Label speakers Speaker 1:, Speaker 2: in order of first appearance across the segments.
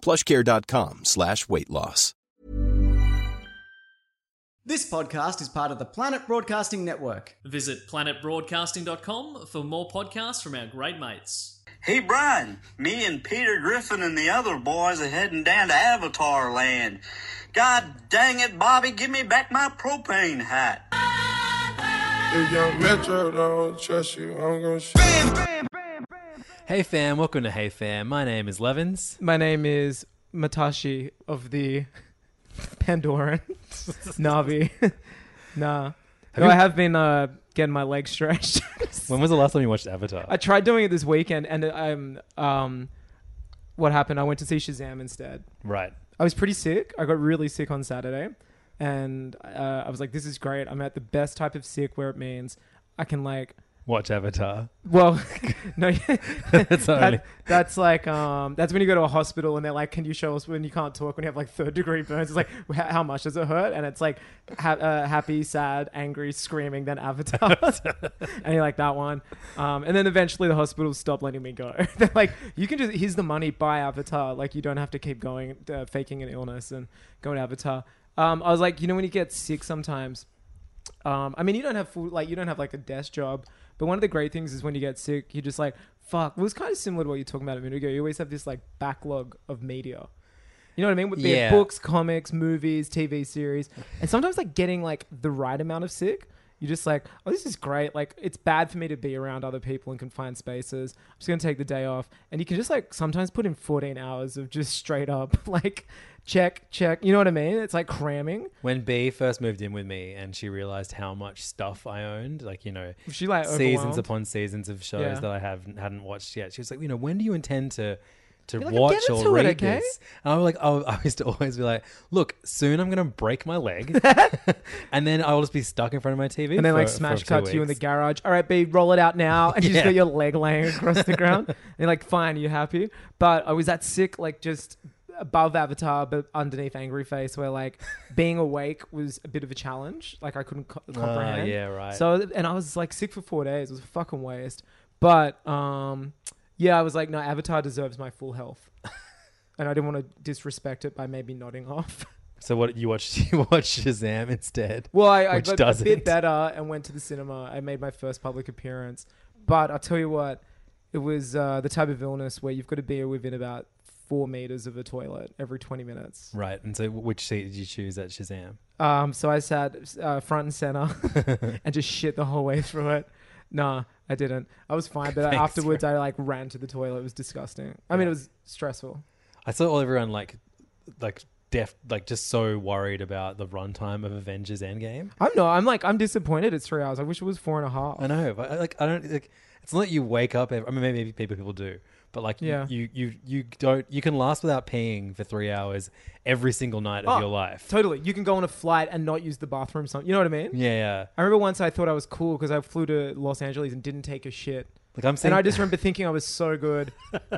Speaker 1: Plushcare.com slash weight loss.
Speaker 2: This podcast is part of the Planet Broadcasting Network.
Speaker 3: Visit planetbroadcasting.com for more podcasts from our great mates.
Speaker 4: Hey, Brian, me and Peter Griffin and the other boys are heading down to Avatar Land. God dang it, Bobby, give me back my propane hat.
Speaker 5: If young Metro don't trust you, I'm gonna shoot.
Speaker 6: Hey fam, welcome to Hey Fam. My name is Levins.
Speaker 7: My name is Matashi of the Pandoran Navi. nah. no,
Speaker 6: you-
Speaker 7: I have been uh, getting my legs stretched.
Speaker 6: When was the last time you watched Avatar?
Speaker 7: I tried doing it this weekend, and I'm um, what happened? I went to see Shazam instead.
Speaker 6: right.
Speaker 7: I was pretty sick. I got really sick on Saturday, and uh, I was like, "This is great. I'm at the best type of sick where it means I can like."
Speaker 6: Watch Avatar.
Speaker 7: Well, no,
Speaker 6: That's the only-
Speaker 7: that, that's like um, that's when you go to a hospital and they're like, "Can you show us when you can't talk when you have like third degree burns?" It's like, "Wh- how much does it hurt? And it's like ha- uh, happy, sad, angry, screaming, then avatar, and you're like that one. Um, and then eventually the hospital stopped letting me go. they're like, "You can just here's the money, buy avatar. Like you don't have to keep going uh, faking an illness and going to avatar." Um, I was like, you know, when you get sick sometimes. Um, I mean, you don't have full, like you don't have like a desk job, but one of the great things is when you get sick, you just like fuck. It was kind of similar to what you're talking about a minute ago. You always have this like backlog of media. You know what I mean? With be it
Speaker 6: Yeah.
Speaker 7: books, comics, movies, TV series, and sometimes like getting like the right amount of sick. You're just like, oh, this is great. Like, it's bad for me to be around other people in confined spaces. I'm just gonna take the day off, and you can just like sometimes put in 14 hours of just straight up like check, check. You know what I mean? It's like cramming.
Speaker 6: When B first moved in with me and she realized how much stuff I owned, like, you know,
Speaker 7: Was she, like,
Speaker 6: seasons
Speaker 7: overwhelmed?
Speaker 6: upon seasons of shows
Speaker 7: Yeah.
Speaker 6: that I haven't hadn't watched yet. She was like, you know, when do you intend to to
Speaker 7: You're like, "I'm
Speaker 6: watch
Speaker 7: getting
Speaker 6: or
Speaker 7: to it,
Speaker 6: read
Speaker 7: okay?"
Speaker 6: this? And I'm like, oh, I used to always be like, look, soon I'm going to break my leg, and then I'll just be stuck in front of my TV,
Speaker 7: and then like
Speaker 6: for- for
Speaker 7: smash
Speaker 6: two
Speaker 7: cut to you in the
Speaker 6: weeks.
Speaker 7: garage. All right, B, roll it out now. And you
Speaker 6: Yeah.
Speaker 7: just got your leg laying across the ground. And you're like, fine, you happy? But I was that sick, like just above Avatar, but underneath Angry Face, where like being awake was a bit of a challenge. Like I couldn't
Speaker 6: Oh,
Speaker 7: co- comprehend.
Speaker 6: yeah, right.
Speaker 7: So and I was like sick for four days. It was a fucking waste. But um, yeah, I was like, no, Avatar deserves my full health. And I didn't want to disrespect it by maybe nodding off.
Speaker 6: So what you watched? You watched Shazam instead.
Speaker 7: Well, I, I
Speaker 6: Which
Speaker 7: got
Speaker 6: doesn't.
Speaker 7: a bit better and went to the cinema. I made my first public appearance. But I'll tell you what, it was uh, the type of illness where you've got to be within about four meters of a toilet every 20 minutes.
Speaker 6: Right. And so, w- which seat did you choose at Shazam?
Speaker 7: Um, so I sat uh, front and center and just shit the whole way through it. Nah, I didn't. I was fine, but
Speaker 6: Thanks,
Speaker 7: afterwards I like ran to the toilet. It was disgusting. I mean, it was stressful.
Speaker 6: I saw all everyone like, like deaf, like just so worried about the runtime of Avengers Endgame.
Speaker 7: I'm not. I'm like, I'm disappointed. It's three hours. I wish it was four and a half.
Speaker 6: I know, but I- like I don't like. It's not like you wake up. ev I mean, maybe people people do, but like
Speaker 7: Yeah.
Speaker 6: you you you don't you can last without peeing for three hours every single night of
Speaker 7: Oh,
Speaker 6: your life.
Speaker 7: Totally. You can go on a flight and not use the bathroom. Some, you know what I mean?
Speaker 6: yeah, yeah.
Speaker 7: I remember once I thought I was cool because I flew to Los Angeles and didn't take a shit.
Speaker 6: Like I'm saying,
Speaker 7: And I just remember thinking I was so good.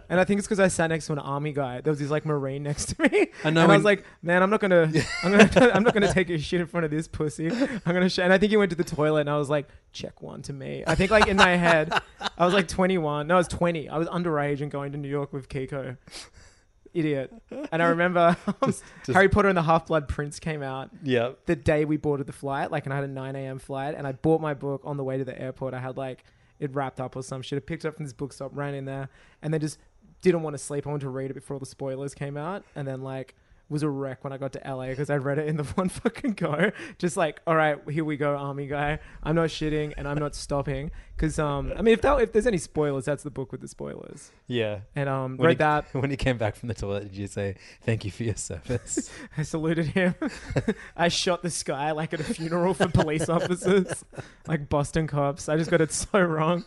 Speaker 7: And I think it's because I sat next to an army guy. There was this like marine next to me.
Speaker 6: I know
Speaker 7: and I
Speaker 6: when-
Speaker 7: was like, man, I'm not gonna, I'm gonna, I'm not gonna take a shit in front of this pussy. I'm gonna. Sh-. And I think he went to the toilet, and I was like, check one to me. I think like in my head, I was like 21. No, I was 20. I was underage and going to New York with Kiko. Idiot. And I remember Harry Potter and the Half Blood Prince came out
Speaker 6: yeah.
Speaker 7: the day we boarded the flight, like, and I had a 9 a.m. flight, and I bought my book on the way to the airport. I had like it wrapped up or some shit. I picked it up from this bookstop, ran in there, and then just didn't want to sleep. I wanted to read it before all the spoilers came out, and then like was a wreck when I got to LA because I read it in the one fucking go. Just like, all right, here we go, army guy. I'm not shitting and I'm not stopping because um, I mean, if that, if there's any spoilers, that's the book with the spoilers.
Speaker 6: Yeah.
Speaker 7: And um,
Speaker 6: When he-
Speaker 7: read that.
Speaker 6: When he came back from the toilet, did you say, thank you for your service?
Speaker 7: I saluted him. I shot the sky like at a funeral for police officers, like Boston cops. I just got it so wrong.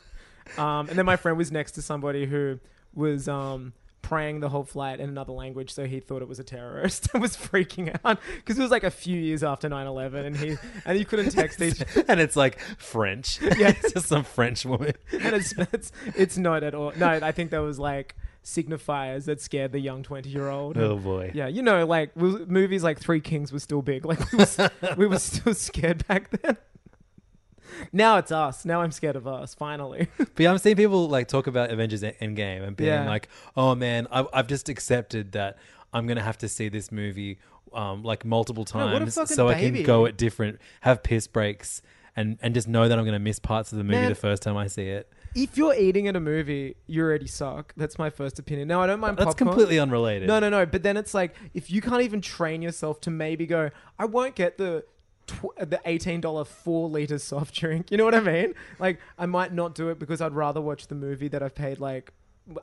Speaker 7: Um, and then my friend was next to somebody who was um, praying the whole flight in another language, so he thought it was a terrorist and was freaking out because it was like a few years after 9-11 and he and you couldn't text each.
Speaker 6: and it's like French.
Speaker 7: Yeah.
Speaker 6: it's just some French woman.
Speaker 7: And it's, it's it's not at all. No, I think there was like signifiers that scared the young twenty year old.
Speaker 6: Oh boy.
Speaker 7: Yeah, you know, like we- movies like Three Kings was still big. Like we was, we were still scared back then. Now it's us. Now I'm scared of us. Finally,
Speaker 6: But yeah, I'm seeing people like talk about Avengers En- Endgame and being
Speaker 7: Yeah.
Speaker 6: like, oh man, I've, I've just accepted that I'm going to have to see this movie um, like multiple
Speaker 7: No, what a
Speaker 6: times
Speaker 7: fucking
Speaker 6: so I can
Speaker 7: baby.
Speaker 6: go at different, have piss breaks. And, and just know that I'm going to miss parts of the movie
Speaker 7: Man.
Speaker 6: the first time I see it.
Speaker 7: if you're eating at a movie, you already suck. That's my first opinion. Now I don't mind.
Speaker 6: That's
Speaker 7: popcorn.
Speaker 6: completely unrelated.
Speaker 7: No, no, no. But then it's like if you can't even train yourself to maybe go, I won't get the tw- the eighteen dollar four liter soft drink. You know what I mean? Like I might not do it because I'd rather watch the movie that I've paid like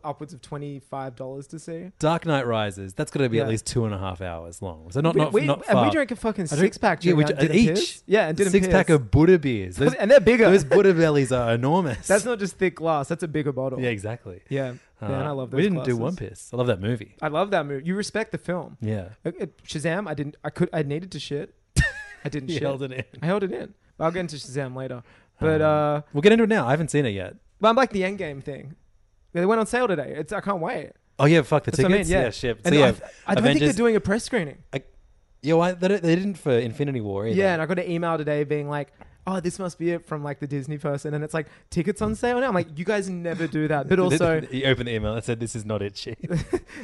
Speaker 7: upwards of twenty five dollars to see.
Speaker 6: Dark Knight Rises. That's got to be at
Speaker 7: Yeah.
Speaker 6: least two and a half hours long. So not
Speaker 7: We-
Speaker 6: not
Speaker 7: we-
Speaker 6: not
Speaker 7: and
Speaker 6: far.
Speaker 7: we drank a fucking
Speaker 6: I drank-
Speaker 7: six pack
Speaker 6: Yeah, we
Speaker 7: during
Speaker 6: ju-
Speaker 7: that.
Speaker 6: each.
Speaker 7: Didn't piss? Yeah, and didn't
Speaker 6: six pack
Speaker 7: piss.
Speaker 6: of Buddha beers. Those,
Speaker 7: And they're bigger.
Speaker 6: Those Buddha bellies are enormous.
Speaker 7: That's not just thick glass. That's a bigger bottle.
Speaker 6: yeah, exactly.
Speaker 7: yeah. Man,
Speaker 6: Uh,
Speaker 7: I love. Those
Speaker 6: We didn't do
Speaker 7: glasses. Uh,
Speaker 6: One Piece. I love that movie.
Speaker 7: I love that movie. You respect the film.
Speaker 6: Yeah,
Speaker 7: Uh, uh, Shazam. I didn't. I could. I needed to shit. I didn't
Speaker 6: You
Speaker 7: shit.
Speaker 6: held it in. Um,
Speaker 7: I held it in. I'll get into Shazam later. But uh,
Speaker 6: we'll get into it now. I haven't seen it yet.
Speaker 7: but I'm like the Endgame thing. They went on sale today. It's I can't wait.
Speaker 6: Oh yeah, fuck the
Speaker 7: That's what I mean.
Speaker 6: tickets.
Speaker 7: Yeah,
Speaker 6: shit. So
Speaker 7: And
Speaker 6: yeah,
Speaker 7: I, I don't think
Speaker 6: Avengers-
Speaker 7: they're doing a press screening.
Speaker 6: I, yeah, why they, don't- they didn't for Infinity War either.
Speaker 7: Yeah, and I got an email today being like, "Oh, this must be it" from like the Disney person, and it's like tickets on sale now. I'm like, you guys never do that. But also,
Speaker 6: you opened the email and said, "This is not it." She.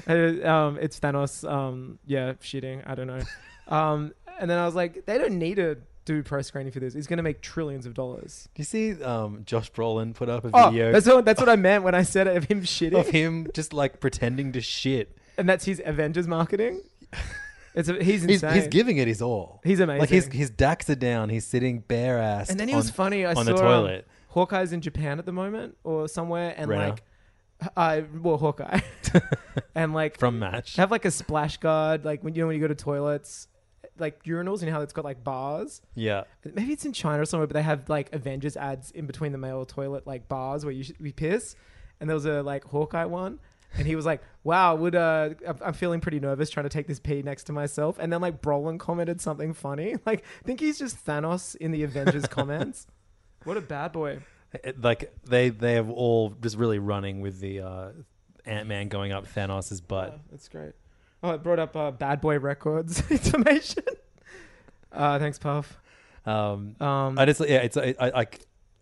Speaker 7: Uh, um, it's Thanos. Um, yeah, shitting. I don't know. Um, and then I was like, they don't need to do press screening for this. He's going to make trillions of dollars.
Speaker 6: Do you see um, Josh Brolin put up a
Speaker 7: Oh,
Speaker 6: video
Speaker 7: that's what that's what I meant when I said it, of him
Speaker 6: of
Speaker 7: shitting,
Speaker 6: him just like pretending to shit?
Speaker 7: and that's his Avengers marketing. It's a, he's
Speaker 6: Oh. He's,
Speaker 7: insane.
Speaker 6: he's giving it his all.
Speaker 7: He's
Speaker 6: Like his
Speaker 7: amazing.
Speaker 6: his dacks are down. He's sitting bare ass.
Speaker 7: and then he
Speaker 6: on,
Speaker 7: was funny. I
Speaker 6: on the
Speaker 7: saw
Speaker 6: toilet.
Speaker 7: Um, Hawkeye's in Japan at the moment or somewhere, and
Speaker 6: Right
Speaker 7: like, uh, well, Hawkeye, and like
Speaker 6: from match.
Speaker 7: have like a splash guard, like when you know when you go to toilets, like urinals, and how it's got like bars.
Speaker 6: yeah,
Speaker 7: maybe it's in China or somewhere, but they have like Avengers ads in between the male toilet like bars where you should we piss. And there was a like Hawkeye one, and he was like, "Wow, would uh, I'm- I'm feeling pretty nervous trying to take this pee next to myself." And then like Brolin commented something funny. Like, I think he's just Thanos in the Avengers comments. What a bad boy!
Speaker 6: It- like they they have all just really running with the uh, Ant Man going up Thanos' butt.
Speaker 7: That's great. Oh, it brought up uh, bad boy records information. Uh, thanks, Puff.
Speaker 6: Um,
Speaker 7: Um,
Speaker 6: I just yeah, it's I, I, I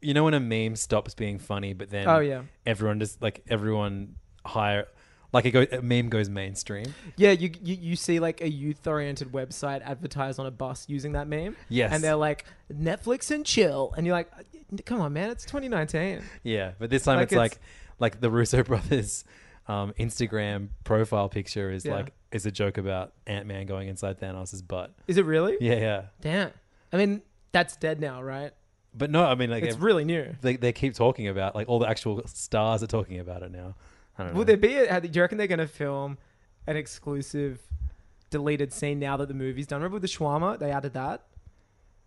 Speaker 6: you know when a meme stops being funny, but then
Speaker 7: Oh, yeah.
Speaker 6: everyone just like everyone higher. Like it goes, a meme goes mainstream.
Speaker 7: Yeah, you, you you see like a youth oriented website advertise on a bus using that meme.
Speaker 6: Yes.
Speaker 7: And they're like Netflix and chill, and you're like, come on, man, it's 2019.
Speaker 6: Yeah, but this time
Speaker 7: Like
Speaker 6: it's,
Speaker 7: it's-
Speaker 6: like, like the Russo brothers' um, Instagram profile picture is
Speaker 7: Yeah.
Speaker 6: like is a joke about Ant Man going inside Thanos' butt.
Speaker 7: Is it really?
Speaker 6: Yeah, yeah.
Speaker 7: Damn. I mean, that's dead now, right?
Speaker 6: But no, I mean like
Speaker 7: it's
Speaker 6: ev-
Speaker 7: really new.
Speaker 6: they they keep talking about like all the actual stars are talking about it now. I don't know.
Speaker 7: Will there be? A, do you reckon they're gonna film an exclusive deleted scene now that the movie's done? Remember with the shawarma, they added that.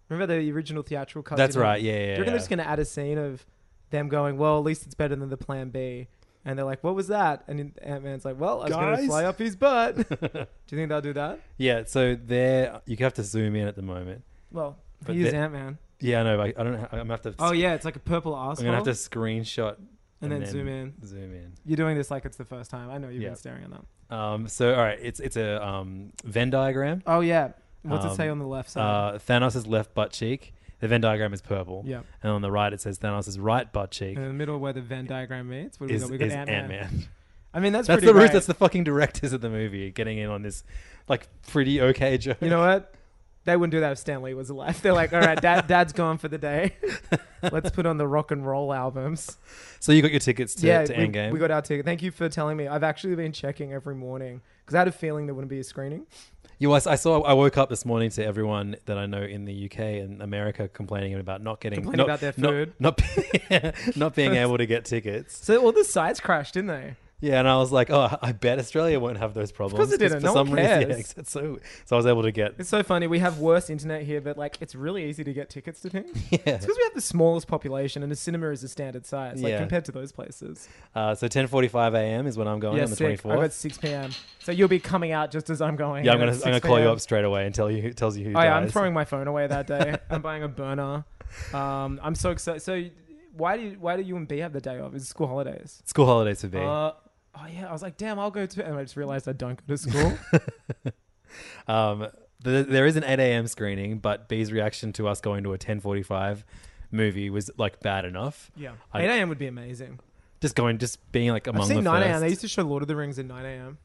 Speaker 7: Remember the original theatrical cut?
Speaker 6: That's
Speaker 7: didn't
Speaker 6: right. Yeah, yeah.
Speaker 7: Do you reckon
Speaker 6: yeah.
Speaker 7: they're just going to add a scene of them going, well, at least it's better than the plan B? And they're like, what was that? And Ant Man's like, well, I was going to
Speaker 6: Guys?
Speaker 7: fly up his butt. do you think they'll do that?
Speaker 6: Yeah, so there you have to zoom in at the moment.
Speaker 7: Well,
Speaker 6: But
Speaker 7: he is
Speaker 6: the-
Speaker 7: Ant Man.
Speaker 6: Yeah, I know. But I don't. know. I'm gonna have to.
Speaker 7: Oh, yeah, it's like a purple
Speaker 6: I'm
Speaker 7: asshole.
Speaker 6: gonna have to screenshot
Speaker 7: And then zoom in.
Speaker 6: Zoom in.
Speaker 7: You're doing this like it's the first time. I know you've
Speaker 6: Yeah.
Speaker 7: been staring at that.
Speaker 6: Um, so all right, it's it's a um, Venn diagram.
Speaker 7: Oh, yeah. What's it
Speaker 6: Um,
Speaker 7: say on the left side?
Speaker 6: Uh, Thanos' left butt cheek. The Venn diagram is purple.
Speaker 7: Yeah.
Speaker 6: And on the right, it says Thanos' right butt cheek
Speaker 7: in the middle where the Venn diagram meets, what do we
Speaker 6: is,
Speaker 7: got? We got
Speaker 6: is
Speaker 7: Ant-Man.
Speaker 6: Ant Man.
Speaker 7: I mean, that's,
Speaker 6: That's
Speaker 7: pretty
Speaker 6: the roof.
Speaker 7: great.
Speaker 6: That's the fucking directors of the movie getting in on this, like pretty okay joke.
Speaker 7: You know what? They wouldn't do that if Stan Lee was alive. They're like, all right, dad, dad's gone for the day. Let's put on the rock and roll albums.
Speaker 6: So you got your tickets to, to
Speaker 7: we,
Speaker 6: Endgame.
Speaker 7: we got our ticket. Thank you for telling me. I've actually been checking every morning because I had a feeling there wouldn't be a screening.
Speaker 6: You, I, I saw. I woke up this morning to everyone that I know in the UK and America complaining about not getting
Speaker 7: Complaining
Speaker 6: not,
Speaker 7: about their
Speaker 6: not-
Speaker 7: food.
Speaker 6: not, not being able to get tickets.
Speaker 7: So all the sites crashed, didn't they?
Speaker 6: Yeah, and I was like, oh, I bet Australia won't have those problems.
Speaker 7: course it didn't. No one cares.
Speaker 6: yeah, it's so so I was able to get.
Speaker 7: It's so funny. We have worse internet here, but like it's really easy to get tickets to things. Yeah. It's because we have the smallest population and a cinema is a standard size, like
Speaker 6: Yeah.
Speaker 7: compared to those places.
Speaker 6: Uh, so 10:45 a.m. is when I'm going
Speaker 7: yeah,
Speaker 6: on the
Speaker 7: sick.
Speaker 6: 24th.
Speaker 7: I got 6 p.m. So you'll be coming out just as I'm going.
Speaker 6: yeah, I'm
Speaker 7: and
Speaker 6: gonna
Speaker 7: it's
Speaker 6: I'm gonna
Speaker 7: 6
Speaker 6: call you
Speaker 7: p.m..
Speaker 6: up straight away and tell you who tells you who.
Speaker 7: Oh,
Speaker 6: dies.
Speaker 7: yeah, I'm throwing my phone away that day. I'm buying a burner. Um, I'm so excited. So why do you, why do you and B have the day off? It's school holidays.
Speaker 6: School holidays for me.
Speaker 7: Uh, oh yeah, I was like, damn, I'll go to. And I just realized I don't go to school.
Speaker 6: Um, th there is an 8 a.m. screening, but B's reaction to us going to a 10:45 movie was like bad enough.
Speaker 7: yeah,
Speaker 6: I-
Speaker 7: 8 a.m. would be amazing.
Speaker 6: Just going, just being like among
Speaker 7: I've seen
Speaker 6: the
Speaker 7: 9
Speaker 6: first.
Speaker 7: a.m. They used to show Lord of the Rings at 9 a.m.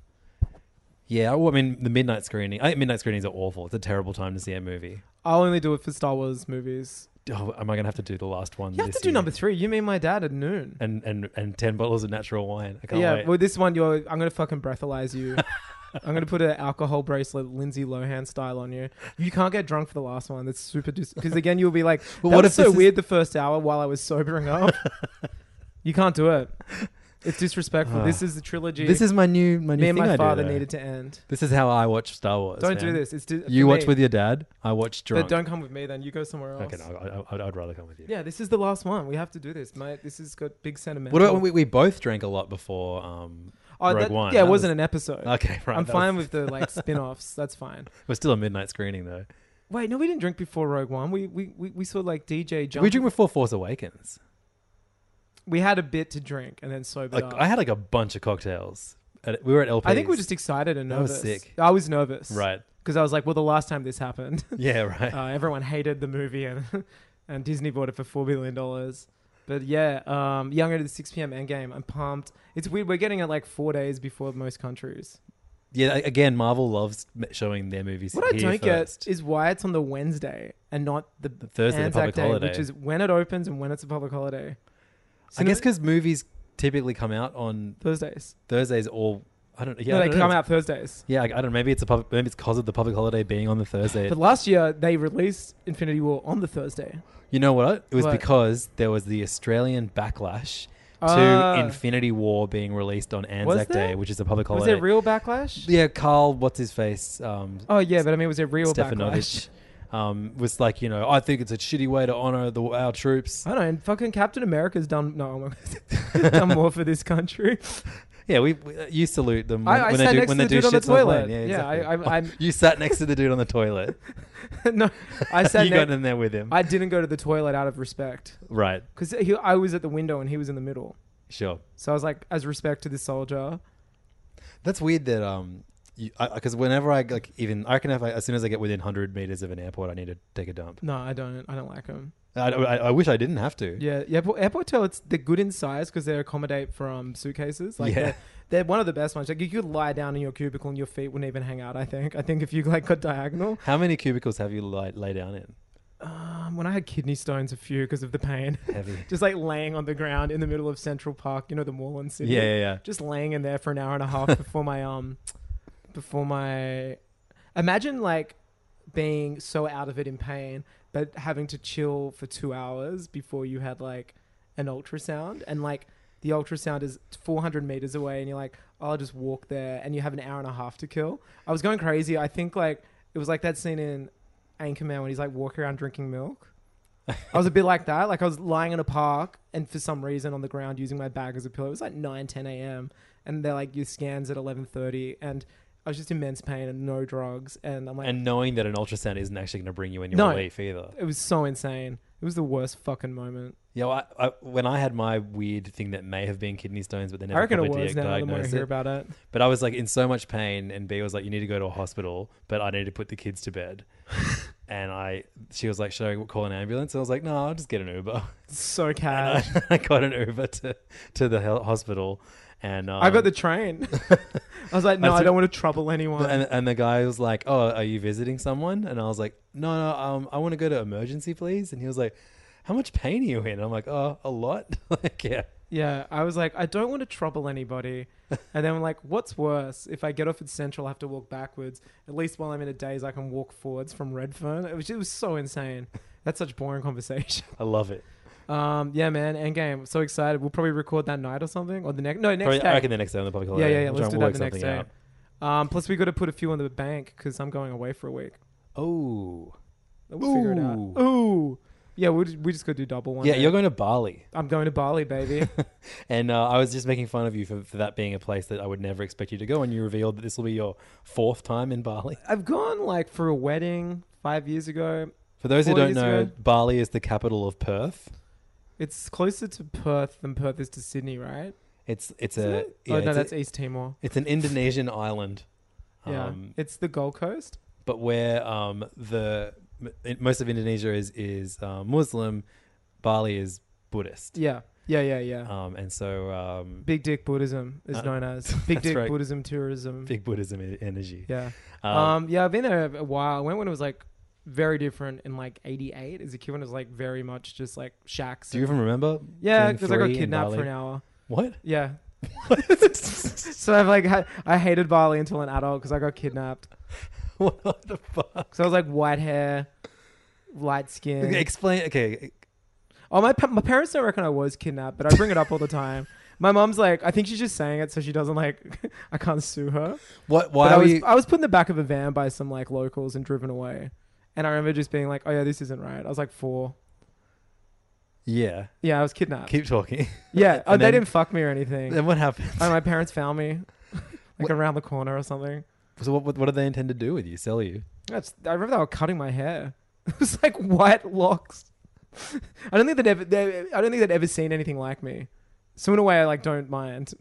Speaker 6: yeah, well, I mean, the midnight screening. I think midnight screenings are awful. It's a terrible time to see a movie.
Speaker 7: I'll only do it for Star Wars movies.
Speaker 6: Oh, am I gonna have to do the last one?
Speaker 7: You have
Speaker 6: this
Speaker 7: to do
Speaker 6: year?
Speaker 7: number three. You mean my dad at noon?
Speaker 6: and and and ten bottles of natural wine. I can't
Speaker 7: yeah,
Speaker 6: wait.
Speaker 7: well, this one, you're. I'm gonna fucking breathalyze you. I'm gonna put an alcohol bracelet, Lindsay Lohan style, on you. You can't get drunk for the last one. That's super. Because again, you'll be like,
Speaker 6: Well,
Speaker 7: "That
Speaker 6: what
Speaker 7: was
Speaker 6: if
Speaker 7: so
Speaker 6: this is-
Speaker 7: weird the first hour while I was sobering up." you can't do it. It's disrespectful. this is the trilogy.
Speaker 6: this is my new my new
Speaker 7: me and
Speaker 6: thing I
Speaker 7: my
Speaker 6: do,
Speaker 7: father
Speaker 6: though.
Speaker 7: needed to end.
Speaker 6: This is how I watch Star Wars.
Speaker 7: Don't do
Speaker 6: man.
Speaker 7: this. It's di-
Speaker 6: You
Speaker 7: for
Speaker 6: watch
Speaker 7: me.
Speaker 6: with your dad. I watch drunk.
Speaker 7: But don't come with me. Then you go somewhere else.
Speaker 6: Okay, no, I, I, I'd rather come with you.
Speaker 7: Yeah, this is the last one. We have to do this. My this has got big sentiment.
Speaker 6: What about when we, we both drank a lot before um,
Speaker 7: Oh,
Speaker 6: Rogue
Speaker 7: that-
Speaker 6: One?
Speaker 7: Yeah,
Speaker 6: That
Speaker 7: it wasn't
Speaker 6: was-
Speaker 7: an episode.
Speaker 6: Okay, right,
Speaker 7: I'm
Speaker 6: that
Speaker 7: fine
Speaker 6: was-
Speaker 7: with the like spin-offs. That's fine.
Speaker 6: It was still a midnight screening though.
Speaker 7: Wait, no, we didn't drink before Rogue One. We we, we, we saw like DJ
Speaker 6: Did
Speaker 7: jump.
Speaker 6: we drink before Force Awakens?
Speaker 7: We had a bit to drink and then sobered
Speaker 6: Like
Speaker 7: up.
Speaker 6: I had like a bunch of cocktails. At, we were at LP.
Speaker 7: uh, I think we're just excited and
Speaker 6: That was
Speaker 7: nervous.
Speaker 6: sick.
Speaker 7: I was nervous.
Speaker 6: right.
Speaker 7: Because I was like, well, the last time this happened,
Speaker 6: Yeah, right.
Speaker 7: uh, everyone hated the movie and and Disney bought it for four billion dollars. But yeah, um, younger to the six PM Endgame. I'm pumped. It's weird. We're getting it like four days before most countries.
Speaker 6: yeah, a- again, Marvel loves m- showing their movies.
Speaker 7: What I
Speaker 6: here
Speaker 7: don't
Speaker 6: first.
Speaker 7: get is why it's on the Wednesday and not the,
Speaker 6: Thursday, the
Speaker 7: Anzac
Speaker 6: public
Speaker 7: Day,
Speaker 6: holiday.
Speaker 7: which is when it opens and when it's a public holiday.
Speaker 6: I guess
Speaker 7: Cinema-
Speaker 6: because movies typically come out on
Speaker 7: Thursdays.
Speaker 6: Thursdays or I don't. Yeah,
Speaker 7: no,
Speaker 6: I
Speaker 7: they
Speaker 6: don't know.
Speaker 7: come out Thursdays.
Speaker 6: Yeah, I, I don't. know. Maybe it's a public. Maybe it's because of the public holiday being on the Thursday.
Speaker 7: But last year they released Infinity War on the Thursday.
Speaker 6: you know what? It was
Speaker 7: What?
Speaker 6: because there was the Australian backlash
Speaker 7: Ah.
Speaker 6: to Infinity War being released on Anzac Day,
Speaker 7: there?
Speaker 6: which is a public
Speaker 7: Was
Speaker 6: holiday.
Speaker 7: there real backlash?
Speaker 6: Yeah, Carl, what's his face? Um,
Speaker 7: Oh yeah, but I mean, was there real
Speaker 6: Stefanovic.
Speaker 7: backlash?
Speaker 6: Um, was like, you know, I think it's a shitty way to honor the, our troops.
Speaker 7: I don't know. And fucking Captain America's done no, I'm not- done more for this country.
Speaker 6: Yeah, we, we uh, you salute them when,
Speaker 7: I- I
Speaker 6: when
Speaker 7: sat
Speaker 6: they do
Speaker 7: next
Speaker 6: when
Speaker 7: to
Speaker 6: they
Speaker 7: the
Speaker 6: do
Speaker 7: dude on the
Speaker 6: shit on the
Speaker 7: toilet.
Speaker 6: plane. Yeah,
Speaker 7: Yeah, I-
Speaker 6: exactly.
Speaker 7: I'm- I'm-
Speaker 6: you sat next to the dude on the toilet.
Speaker 7: no, I said
Speaker 6: you got in there with him,
Speaker 7: I didn't go to the toilet out of respect
Speaker 6: right?
Speaker 7: because I was at the window and he was in the middle.
Speaker 6: Sure.
Speaker 7: So I was like, as respect to this soldier.
Speaker 6: That's weird that um, because whenever I like even I reckon if I, as soon as I get within hundred meters of an airport, I need to take a dump.
Speaker 7: No, I don't. I don't like him.
Speaker 6: I, I, I wish I didn't have to.
Speaker 7: Yeah, yeah. But airport toilets, they're good in size because they accommodate from suitcases. Like
Speaker 6: Yeah.
Speaker 7: they're, they're one of the best ones. Like you could lie down in your cubicle and your feet wouldn't even hang out. I think. I think if you like got diagonal.
Speaker 6: How many cubicles have you lay, lay down in?
Speaker 7: Um, when I had kidney stones, a few because of the pain.
Speaker 6: Heavy.
Speaker 7: Just like laying on the ground in the middle of Central Park, you know, the Moreland City.
Speaker 6: Yeah, yeah, yeah.
Speaker 7: Just laying in there for an hour and a half before my um, before my, imagine like being so out of it in pain, but having to chill for two hours before you had like an ultrasound and like the ultrasound is 400 meters away and you're like "Oh, i'll just walk there and you have an hour and a half to kill i was going crazy i think like it was like that scene in anchorman when he's like walking around drinking milk I was a bit like that. Like I was lying in a park and for some reason on the ground using my bag as a pillow. It was like 9, 10 a.m. And they're like, your scan's at 11.30. And I was just in immense pain and no drugs. And I'm like,
Speaker 6: And knowing that an ultrasound isn't actually going to bring you any
Speaker 7: No.
Speaker 6: relief either.
Speaker 7: it was so insane. It was the worst fucking moment.
Speaker 6: Yeah, well, I, I, when I had my weird thing that may have been kidney stones, but they never
Speaker 7: I reckon it
Speaker 6: properly
Speaker 7: was
Speaker 6: diag-
Speaker 7: now the more I
Speaker 6: diagnosed
Speaker 7: hear
Speaker 6: it.
Speaker 7: about it.
Speaker 6: But I was like in so much pain, and B was like, "You need to go to a hospital, but I need to put the kids to bed." and I, she was like, "Should I call an ambulance?" And I was like, "No, I'll just get an Uber."
Speaker 7: So
Speaker 6: And
Speaker 7: cash.
Speaker 6: I, I got an Uber to to the hel- hospital, and um,
Speaker 7: I got the train. I was like, no, I,
Speaker 6: took-
Speaker 7: don't want to trouble anyone.
Speaker 6: and, and the guy was like, "Oh, are you visiting someone?" And I was like, "No, no, um, I want to go to emergency, please." And he was like, "How much pain are you in?" And I'm like, "Oh, a lot." like, yeah,
Speaker 7: Yeah, I was like, I don't want to trouble anybody. And then I'm like, what's worse? If I get off at Central, I have to walk backwards. At least while I'm in a daze, I can walk forwards from Redfern. It was, it was so insane. That's such boring conversation.
Speaker 6: I love it.
Speaker 7: Um, yeah, man, Endgame. I'm so excited. We'll probably record that night or something, or the next. No, next
Speaker 6: Probably,
Speaker 7: day.
Speaker 6: I reckon the next day on the public
Speaker 7: yeah,
Speaker 6: holiday.
Speaker 7: yeah, yeah.
Speaker 6: we'll
Speaker 7: Let's
Speaker 6: try
Speaker 7: do
Speaker 6: and
Speaker 7: that
Speaker 6: work
Speaker 7: the next
Speaker 6: something
Speaker 7: day.
Speaker 6: out.
Speaker 7: Um, plus, we got to put a few on the bank because I'm going away for a week.
Speaker 6: Oh.
Speaker 7: We'll figure it out.
Speaker 6: Ooh.
Speaker 7: Ooh. Yeah, we'll just, we just go do double one.
Speaker 6: Yeah,
Speaker 7: day.
Speaker 6: you're going to Bali.
Speaker 7: I'm going to Bali, baby.
Speaker 6: And uh, I was just making fun of you for, for that being a place that I would never expect you to go. And you revealed that this will be your fourth time in Bali.
Speaker 7: I've gone like for a wedding five years ago.
Speaker 6: For those who
Speaker 7: Four
Speaker 6: don't
Speaker 7: years
Speaker 6: know,
Speaker 7: ago.
Speaker 6: Bali is the capital of Perth.
Speaker 7: It's closer to Perth than Perth is to Sydney, right?
Speaker 6: It's it's a Uh, yeah,
Speaker 7: oh
Speaker 6: it's,
Speaker 7: no,
Speaker 6: e-
Speaker 7: that's
Speaker 6: a,
Speaker 7: East Timor.
Speaker 6: it's an Indonesian island.
Speaker 7: Yeah,
Speaker 6: Um,
Speaker 7: it's the Gold Coast.
Speaker 6: but where um, the m- in- most of Indonesia is is uh, Muslim, Bali is Buddhist,
Speaker 7: Yeah, yeah, yeah, yeah.
Speaker 6: um, and so um,
Speaker 7: Big Dick Buddhism is
Speaker 6: Uh,
Speaker 7: known as Big
Speaker 6: that's
Speaker 7: Dick
Speaker 6: right.
Speaker 7: Buddhism tourism.
Speaker 6: big Buddhism e- energy.
Speaker 7: Yeah.
Speaker 6: Um,
Speaker 7: Um, yeah, I've been there a while. I went when it was like very different in like '88. As a kid, when it was like very much just like shacks.
Speaker 6: do you
Speaker 7: and-
Speaker 6: even remember?
Speaker 7: yeah,
Speaker 6: doing
Speaker 7: because I got
Speaker 6: three in
Speaker 7: kidnapped
Speaker 6: Bali?
Speaker 7: for an hour.
Speaker 6: What?
Speaker 7: Yeah. so I've like had, I hated Bali until an adult because I got kidnapped.
Speaker 6: what the fuck?
Speaker 7: So I was like white hair, light skin.
Speaker 6: Okay, explain. Okay,
Speaker 7: Oh, my, pa- my parents don't reckon I was kidnapped, but I bring it up all the time. My mom's like, I think she's just saying it so she doesn't like, I can't sue her.
Speaker 6: what?
Speaker 7: But
Speaker 6: Why
Speaker 7: I
Speaker 6: were
Speaker 7: was,
Speaker 6: you?
Speaker 7: I was put in the back of a van by some like locals and driven away. And I remember just being like, oh yeah, this isn't right. I was like four.
Speaker 6: Yeah,
Speaker 7: Yeah, I was kidnapped.
Speaker 6: keep talking.
Speaker 7: yeah. Oh,
Speaker 6: and
Speaker 7: they
Speaker 6: then-
Speaker 7: didn't fuck me or anything.
Speaker 6: then what happened?
Speaker 7: Oh, my parents found me like around the corner or something.
Speaker 6: So what, what? What did they intend to do with you? Sell you?
Speaker 7: That's, I remember they were cutting my hair. it was like white locks. I don't think they'd ever. They, I don't think they'd ever seen anything like me. So in a way, I like don't mind.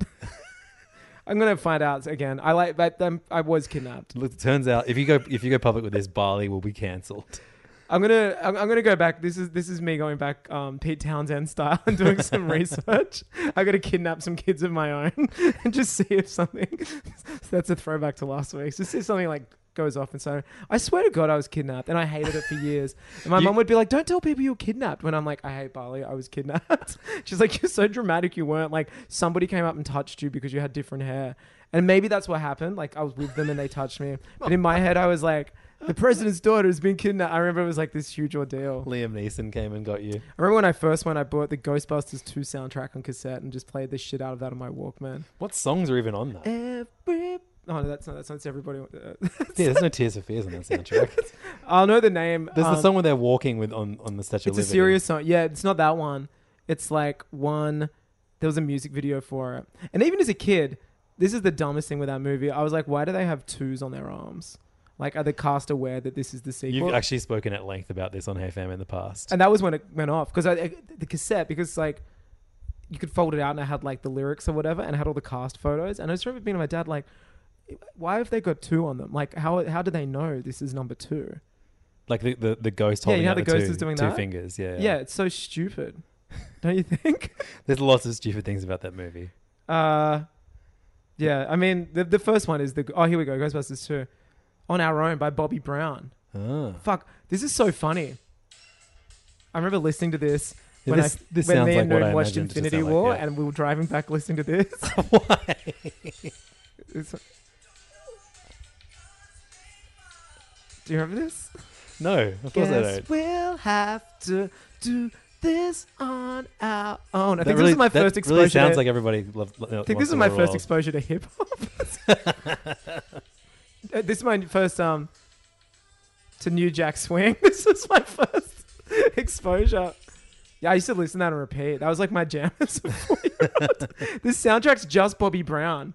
Speaker 7: I'm gonna find out again. I like, but um, I was kidnapped.
Speaker 6: Look, it turns out if you go if you go public with this, Bali will be cancelled.
Speaker 7: I'm gonna, I'm, I'm gonna go back. This is this is me going back, um, Pete Townsend style, and doing some research. I gotta kidnap some kids of my own and just see if something. so that's a throwback to last week's. Just see if something like goes off. And so I swear to God, I was kidnapped, and I hated it for years. And my
Speaker 6: You-
Speaker 7: mum would be like, "Don't tell people you were kidnapped." When I'm like, "I hate Bali. I was kidnapped." She's like, "You're so dramatic. You weren't like somebody came up and touched you because you had different hair." And maybe that's what happened. Like I was with them and they touched me. But in my head, I was like, "The president's daughter has been kidnapped." I remember it was like this huge ordeal.
Speaker 6: Liam Neeson came and got you.
Speaker 7: I remember when I first went, I bought the Ghostbusters 2 soundtrack on cassette and just played the shit out of that on my Walkman.
Speaker 6: What songs are even on that?
Speaker 7: Every Oh, no, that's not, that's not it's everybody. Uh,
Speaker 6: Yeah, there's no Tears for Fears on that soundtrack.
Speaker 7: I'll know the name.
Speaker 6: There's
Speaker 7: um,
Speaker 6: the song where they're walking with on, on the Statue of
Speaker 7: It's a
Speaker 6: Liberty.
Speaker 7: serious song. Yeah, it's not that one. It's like one. There was a music video for it, and even as a kid, this is the dumbest thing with that movie. I was like, why do they have twos on their arms? Like, are the cast aware that this is the
Speaker 6: You've
Speaker 7: sequel?
Speaker 6: actually spoken at length about this on Hey Fam in the past.
Speaker 7: and that was when it went off because I, I- the cassette because like you could fold it out and I had like the lyrics or whatever and had all the cast photos and I just remember being to my dad like, why have they got two on them? Like, how how do they know this is number two?
Speaker 6: like the, the, the ghost
Speaker 7: Yeah,
Speaker 6: holding
Speaker 7: you know
Speaker 6: out
Speaker 7: the ghost
Speaker 6: two,
Speaker 7: is doing
Speaker 6: two
Speaker 7: that?
Speaker 6: fingers. Yeah,
Speaker 7: yeah it's so stupid, don't you think?
Speaker 6: There's lots of stupid things about that movie.
Speaker 7: Uh, yeah. I mean, the the first one is the oh here we go Ghostbusters two, on our own by Bobby Brown.
Speaker 6: Ah.
Speaker 7: Fuck, this is so funny. I remember listening to this
Speaker 6: Yeah,
Speaker 7: when
Speaker 6: this-
Speaker 7: I
Speaker 6: this
Speaker 7: when
Speaker 6: sounds
Speaker 7: me and
Speaker 6: like what
Speaker 7: Noon
Speaker 6: I
Speaker 7: watched
Speaker 6: imagined it to
Speaker 7: Infinity
Speaker 6: sound like,
Speaker 7: War,
Speaker 6: yeah.
Speaker 7: and we were driving back listening to this.
Speaker 6: Why?
Speaker 7: It's- do you remember this?
Speaker 6: No, of course I don't.
Speaker 7: we'll have to do this on our own. I
Speaker 6: That
Speaker 7: think
Speaker 6: really-
Speaker 7: this is my
Speaker 6: that
Speaker 7: first exposure.
Speaker 6: Really sounds
Speaker 7: to-
Speaker 6: like everybody loved.
Speaker 7: I think this is my first exposure to hip hop. Uh, this is my first um to New Jack Swing. This is my first exposure. Yeah, I used to listen to that on repeat. That was like my jam as a four-year-old. this soundtrack's just Bobby Brown.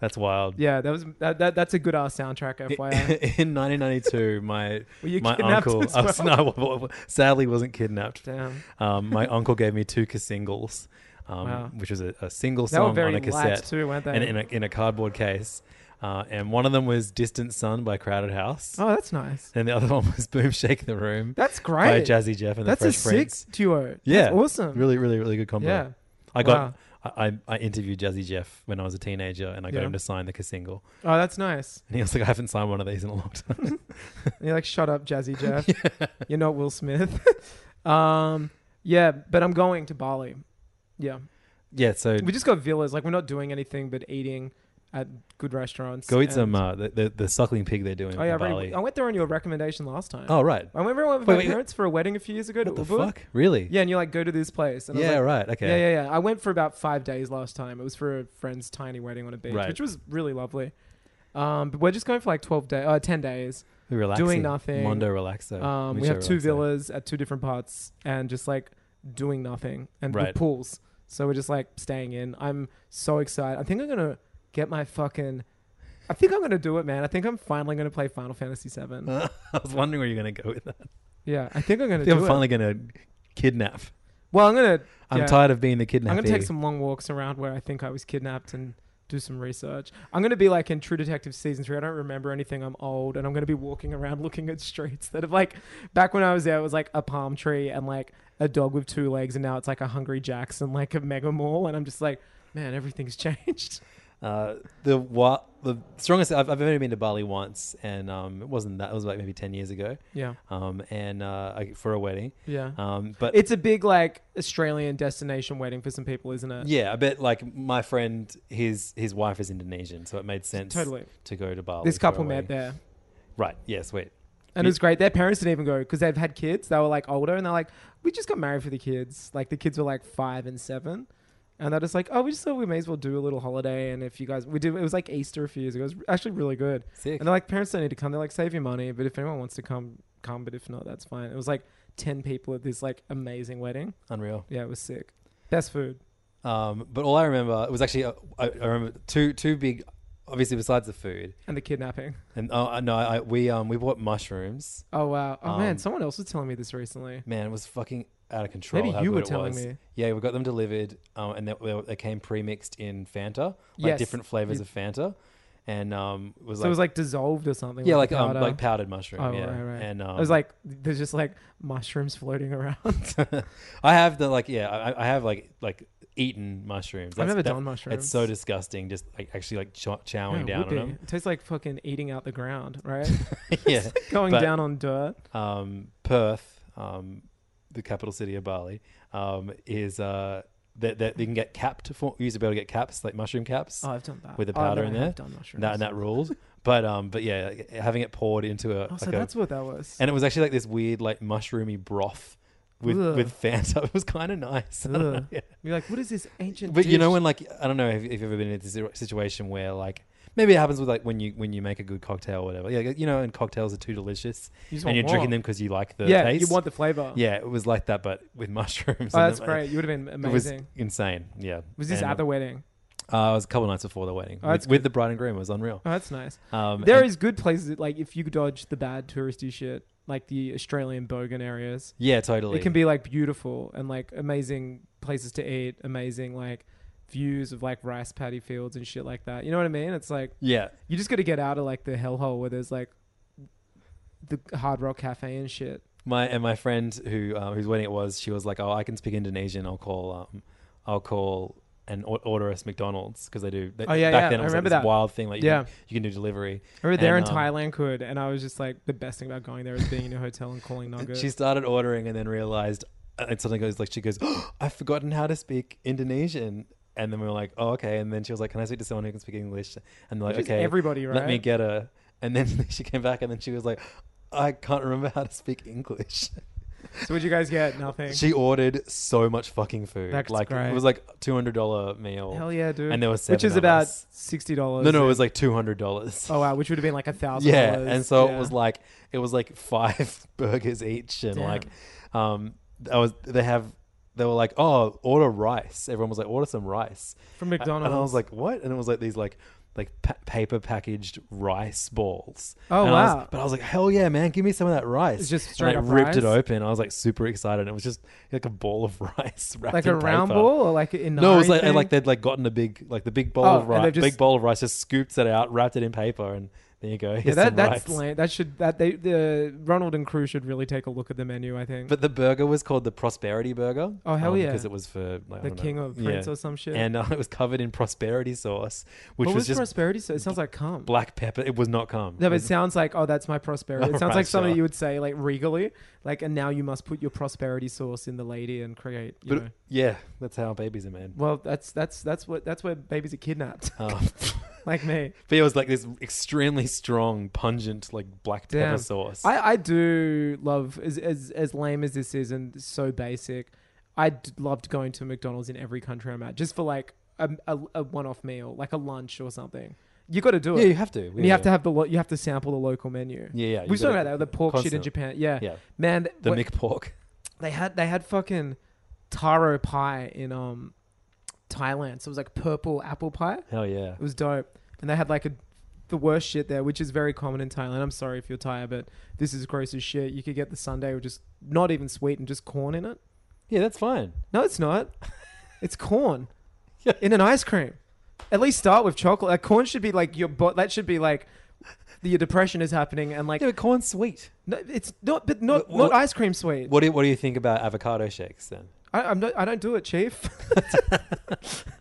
Speaker 6: That's wild.
Speaker 7: Yeah, that was that, that that's a good ass soundtrack, FYI.
Speaker 6: In 1992, my
Speaker 7: Were you
Speaker 6: my
Speaker 7: kidnapped
Speaker 6: uncle
Speaker 7: as
Speaker 6: I was, no, sadly wasn't kidnapped.
Speaker 7: Damn.
Speaker 6: Um, my uncle gave me two ca- singles, um,
Speaker 7: Wow.
Speaker 6: which was a, a single
Speaker 7: They were
Speaker 6: song
Speaker 7: very
Speaker 6: on a
Speaker 7: light
Speaker 6: cassette
Speaker 7: too, weren't they?
Speaker 6: And in a, in a cardboard case. Uh, and one of them was "Distant Sun" by Crowded House,
Speaker 7: Oh, that's nice.
Speaker 6: and the other one was "Boom Shake the Room"
Speaker 7: That's
Speaker 6: by
Speaker 7: great.
Speaker 6: Jazzy Jeff and
Speaker 7: that's
Speaker 6: the
Speaker 7: a
Speaker 6: Fresh Prince.
Speaker 7: six duo.
Speaker 6: Yeah,
Speaker 7: That's awesome.
Speaker 6: Really, really, really good combo.
Speaker 7: Yeah.
Speaker 6: I
Speaker 7: Wow.
Speaker 6: got. I, I I interviewed Jazzy Jeff when I was a teenager, and I got
Speaker 7: Yeah.
Speaker 6: him to sign the ca- single.
Speaker 7: Oh, that's nice.
Speaker 6: And he was like, "I haven't signed one of these in a long time."
Speaker 7: And you're like, shut up, Jazzy Jeff. You're not Will Smith. um, yeah, but I'm going to Bali. Yeah.
Speaker 6: Yeah, so
Speaker 7: We just got villas. Like we're not doing anything but eating at good restaurants.
Speaker 6: go eat
Speaker 7: and-
Speaker 6: some uh, the, the the suckling pig they're doing
Speaker 7: Oh yeah, I,
Speaker 6: in Bali.
Speaker 7: already, I went there on your recommendation last time.
Speaker 6: oh right,
Speaker 7: I remember I went with
Speaker 6: Wait,
Speaker 7: my
Speaker 6: wait, wait.
Speaker 7: parents for a wedding a few years ago. to
Speaker 6: what the
Speaker 7: Ubud.
Speaker 6: fuck? Really?
Speaker 7: Yeah, and you're like, go to this place. And I was
Speaker 6: Yeah,
Speaker 7: like,
Speaker 6: right, okay.
Speaker 7: Yeah, yeah, yeah. I went for about five days last time. It was for a friend's tiny wedding on a beach,
Speaker 6: Right.
Speaker 7: which was really lovely. Um, but we're just going for like 12 days, uh, 10 days.
Speaker 6: We're relaxing.
Speaker 7: Doing nothing.
Speaker 6: Mondo relaxo.
Speaker 7: Um, we
Speaker 6: Mucho
Speaker 7: have two
Speaker 6: relaxo.
Speaker 7: villas at two different parts and just like doing nothing and with
Speaker 6: Right.
Speaker 7: pools. So we're just like staying in. I'm so excited. I think I'm going to get my fucking. I think I'm going to do it, man. I think I'm finally going to play Final Fantasy VII.
Speaker 6: I was wondering where you're going to go with that.
Speaker 7: yeah, I think I'm going to do
Speaker 6: I'm
Speaker 7: it.
Speaker 6: finally going to kidnap.
Speaker 7: well, I'm going to.
Speaker 6: I'm tired of being the kidnapper.
Speaker 7: I'm gonna take some long walks around where I think I was kidnapped and do some research. I'm gonna be like in True Detective season three. I don't remember anything. I'm old, and I'm gonna be walking around looking at streets that have like back when I was there it was like a palm tree and like a dog with two legs, and now it's like a hungry Jackson, like a mega mall, and I'm just like, man, everything's changed.
Speaker 6: Uh, the wa- the strongest I've, I've only been to Bali once, and um, it wasn't that. It was like maybe ten years ago.
Speaker 7: Yeah.
Speaker 6: Um, and uh, I, for a wedding.
Speaker 7: Yeah.
Speaker 6: Um, but
Speaker 7: It's a big like Australian destination waiting for some people, isn't it?
Speaker 6: yeah, I bet like my friend, his his wife is Indonesian, so it made sense
Speaker 7: Totally.
Speaker 6: to go to Bali.
Speaker 7: This
Speaker 6: for a
Speaker 7: couple met
Speaker 6: wedding.
Speaker 7: there.
Speaker 6: Right. Yeah. Sweet.
Speaker 7: And it was great. Their parents didn't even go because they've had kids. They were like older and they're like, we just got married for the kids. Like the kids were like five and seven. And they're just like, oh, we just thought we may as well do a little holiday. And if you guys, we did, it was like Easter a few years ago. It was actually really good.
Speaker 6: Sick.
Speaker 7: And they're like, parents don't need to come. They're like, save your money. But if anyone wants to come, come. But if not, that's fine. It was like 10 people at this like amazing wedding.
Speaker 6: Unreal.
Speaker 7: Yeah, it was sick. Best food.
Speaker 6: Um, but all I remember it was actually uh, I, I remember two two big, obviously besides the food,
Speaker 7: And the kidnapping.
Speaker 6: and oh uh, no, I, we um we bought mushrooms.
Speaker 7: Oh, wow. Oh,
Speaker 6: Um,
Speaker 7: man. Someone else was telling me this recently.
Speaker 6: Man, it was fucking out of control.
Speaker 7: Maybe
Speaker 6: how
Speaker 7: you
Speaker 6: good
Speaker 7: were
Speaker 6: it
Speaker 7: telling
Speaker 6: was.
Speaker 7: me.
Speaker 6: Yeah, we got them delivered, um, and they, they, were- they came pre-mixed in Fanta, like
Speaker 7: Yes.
Speaker 6: different flavors
Speaker 7: You-
Speaker 6: of Fanta, and um, it was
Speaker 7: So
Speaker 6: like,
Speaker 7: it was like dissolved or something.
Speaker 6: yeah, like um,
Speaker 7: powder.
Speaker 6: like powdered mushroom.
Speaker 7: Oh,
Speaker 6: yeah,
Speaker 7: right, right.
Speaker 6: and um,
Speaker 7: I was like, there's just like mushrooms floating around.
Speaker 6: I have the like, yeah, I, I have like like eaten mushrooms. That's-
Speaker 7: never
Speaker 6: that-
Speaker 7: done mushrooms.
Speaker 6: It's so disgusting, just like actually like chow- chowing
Speaker 7: Yeah, it
Speaker 6: down
Speaker 7: would
Speaker 6: on
Speaker 7: be.
Speaker 6: them.
Speaker 7: It tastes like fucking eating out the ground, right?
Speaker 6: yeah,
Speaker 7: Going
Speaker 6: But-
Speaker 7: down on dirt.
Speaker 6: um, Perth, um, the capital city of Bali, um, is uh, that that they can get capped for you used to be able to get caps like mushroom caps.
Speaker 7: Oh, I've done that.
Speaker 6: with the
Speaker 7: Oh, no,
Speaker 6: powder in
Speaker 7: I
Speaker 6: there.
Speaker 7: have done mushrooms.
Speaker 6: That and that rules. but um, but yeah, like, having it poured into a,
Speaker 7: Oh, so
Speaker 6: like a-
Speaker 7: that's what that was.
Speaker 6: and it was actually like this weird like mushroomy broth with
Speaker 7: Ugh.
Speaker 6: with Fanta. It was kind of nice. I don't know,
Speaker 7: Ugh.
Speaker 6: yeah.
Speaker 7: You're like, what is this ancient?
Speaker 6: But you know
Speaker 7: dish?
Speaker 6: when like I don't know if, if you've ever been in this situ- situation where like. Maybe it happens with like when you when you make a good cocktail or whatever. Yeah, you know, and cocktails are too delicious,
Speaker 7: You just
Speaker 6: and
Speaker 7: want
Speaker 6: you're drinking
Speaker 7: more.
Speaker 6: them because you like the
Speaker 7: yeah,
Speaker 6: taste.
Speaker 7: you want the flavor.
Speaker 6: Yeah, it was like that, but with mushrooms.
Speaker 7: Oh,
Speaker 6: and
Speaker 7: that's
Speaker 6: then,
Speaker 7: great. You would have been
Speaker 6: It was
Speaker 7: amazing. Was,
Speaker 6: insane. Yeah.
Speaker 7: this
Speaker 6: And,
Speaker 7: at the wedding?
Speaker 6: Uh, it was a couple nights before the wedding
Speaker 7: Oh,
Speaker 6: with,
Speaker 7: that's
Speaker 6: with the bride and groom. It was unreal.
Speaker 7: Oh, that's nice.
Speaker 6: Um,
Speaker 7: There
Speaker 6: and-
Speaker 7: is good places. that, Like if you dodge the bad touristy shit, like the Australian Bogan areas,
Speaker 6: yeah, totally.
Speaker 7: It can be like beautiful and like amazing places to eat, amazing like views of like rice paddy fields and shit like that. You know what I mean? It's like
Speaker 6: Yeah,
Speaker 7: you just got to get out of like the hellhole where there's like the Hard Rock Cafe and shit.
Speaker 6: my and my friend who uh, whose wedding it was, she was like, "Oh, I can speak Indonesian. I'll call. Um, I'll call." And or- order us McDonald's because they do. They,
Speaker 7: Oh, yeah,
Speaker 6: back
Speaker 7: yeah,
Speaker 6: then it
Speaker 7: I
Speaker 6: was like
Speaker 7: remember
Speaker 6: this
Speaker 7: that.
Speaker 6: wild thing. Like you
Speaker 7: Yeah.
Speaker 6: can, you can do delivery.
Speaker 7: I remember there
Speaker 6: And,
Speaker 7: in
Speaker 6: um,
Speaker 7: Thailand could, and I was just like the best thing about going there is being in a hotel and calling nuggets.
Speaker 6: She started ordering and then realized, uh, and suddenly goes like, she goes, oh, "I've forgotten how to speak Indonesian." And then we were like, "Oh, okay." And then she was like, "Can I speak to someone who can speak English?" And they're like,
Speaker 7: Which is
Speaker 6: "Okay,
Speaker 7: everybody,
Speaker 6: Let me
Speaker 7: right?
Speaker 6: get her. And then she came back, and then she was like, "I can't remember how to speak English."
Speaker 7: so would you guys get nothing?
Speaker 6: She ordered so much fucking food.
Speaker 7: That's
Speaker 6: like
Speaker 7: great.
Speaker 6: it was like two hundred dollar meal.
Speaker 7: Hell yeah, dude!
Speaker 6: And there was seven
Speaker 7: which is
Speaker 6: of
Speaker 7: about
Speaker 6: us.
Speaker 7: sixty dollars.
Speaker 6: No, no, it was like two hundred dollars.
Speaker 7: oh wow, which would have been like a thousand.
Speaker 6: yeah, and so it was like it was like five burgers each, and
Speaker 7: Damn.
Speaker 6: like, um, I was they have they were like, oh, order rice. Everyone was like, order some rice
Speaker 7: from
Speaker 6: A-
Speaker 7: McDonald's.
Speaker 6: and I was like, what? And it was like these like like pa- paper packaged rice balls.
Speaker 7: Oh,
Speaker 6: And I was-
Speaker 7: wow.
Speaker 6: but I was like, hell yeah, man, give me some of that rice.
Speaker 7: It's just
Speaker 6: And
Speaker 7: straight
Speaker 6: I
Speaker 7: up
Speaker 6: ripped it
Speaker 7: rice?
Speaker 6: open. I was like super excited. It was just like a ball of rice wrapped
Speaker 7: like
Speaker 6: in
Speaker 7: a round
Speaker 6: paper.
Speaker 7: ball or like in
Speaker 6: No, it was like like they'd like gotten a big like the big bowl
Speaker 7: Oh,
Speaker 6: of
Speaker 7: and
Speaker 6: rice,
Speaker 7: they've just-
Speaker 6: big bowl of rice, just scooped it out, wrapped it in paper, and There you go.
Speaker 7: Yeah,
Speaker 6: Here's
Speaker 7: that,
Speaker 6: some
Speaker 7: that's
Speaker 6: rights.
Speaker 7: lame. That should that they the Ronald and crew should really take a look at the menu. I think.
Speaker 6: But the burger was called the Prosperity Burger. Um,
Speaker 7: Oh, hell yeah.
Speaker 6: Because it was for like, I
Speaker 7: The
Speaker 6: don't know.
Speaker 7: king or prince or some shit.
Speaker 6: And uh, it was covered in prosperity sauce, which
Speaker 7: what
Speaker 6: was,
Speaker 7: was,
Speaker 6: just
Speaker 7: prosperity? So it sounds like cum.
Speaker 6: black pepper. It was not cum.
Speaker 7: No, but
Speaker 6: It
Speaker 7: it
Speaker 6: was-
Speaker 7: sounds like oh, that's my prosperity. It sounds
Speaker 6: Alright,
Speaker 7: like something
Speaker 6: sure.
Speaker 7: you would say like regally, like and now you must put your prosperity sauce in the lady and create. You know.
Speaker 6: but- yeah, that's how babies are made.
Speaker 7: Well, that's that's that's what that's where babies are kidnapped,
Speaker 6: Um,
Speaker 7: like me.
Speaker 6: but it was like this extremely strong, pungent, like black pepper
Speaker 7: Damn.
Speaker 6: sauce.
Speaker 7: I, I do love as, as as lame as this is and so basic. I d- loved going to McDonald's in every country I'm at just for like a, a, a one-off meal, like a lunch or something. You got to do it.
Speaker 6: yeah, you have to.
Speaker 7: And you have to have the lo- you have to sample the local menu.
Speaker 6: Yeah, yeah, you
Speaker 7: we talking
Speaker 6: gotta-
Speaker 7: about that the pork shit in
Speaker 6: constant.
Speaker 7: Japan. Yeah,
Speaker 6: Yeah.
Speaker 7: man. th-
Speaker 6: the
Speaker 7: what-
Speaker 6: McPork.
Speaker 7: they had they had fucking taro pie in um Thailand. So it was like purple apple pie.
Speaker 6: Hell yeah.
Speaker 7: It was dope. And they had like a the worst shit there, which is very common in Thailand. I'm sorry if you're Thai, but this is gross as shit. You could get the sundae with just not even sweet and just corn in it.
Speaker 6: Yeah, that's fine.
Speaker 7: No, it's not. it's corn
Speaker 6: Yeah.
Speaker 7: in an ice cream. At least start with chocolate. Like corn should be like your bo- that should be like your depression is happening and like
Speaker 6: Yeah, but corn's sweet.
Speaker 7: no, it's not but not
Speaker 6: Wha-
Speaker 7: not
Speaker 6: wha-
Speaker 7: ice cream sweet.
Speaker 6: What do you, what do you think about avocado shakes then?
Speaker 7: I, I'm not, I don't do it, Chief.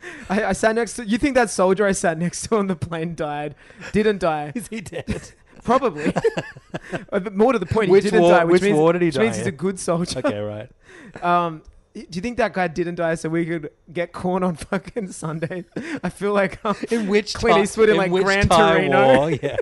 Speaker 7: I, I sat next to you. Think that soldier I sat next to on the plane died? Didn't die?
Speaker 6: Is he dead?
Speaker 7: Probably. Uh, but more to the point, he
Speaker 6: Which
Speaker 7: didn't
Speaker 6: war-
Speaker 7: die, which,
Speaker 6: which
Speaker 7: means,
Speaker 6: war did he
Speaker 7: which
Speaker 6: die
Speaker 7: means he's a
Speaker 6: in?
Speaker 7: good soldier.
Speaker 6: okay, right.
Speaker 7: Um, do you think that guy didn't die so we could get corn on fucking Sunday? I feel like um,
Speaker 6: In which
Speaker 7: Clint
Speaker 6: Thai-
Speaker 7: Eastwood in, like,
Speaker 6: which
Speaker 7: Gran
Speaker 6: Thai
Speaker 7: Torino?
Speaker 6: War, yeah.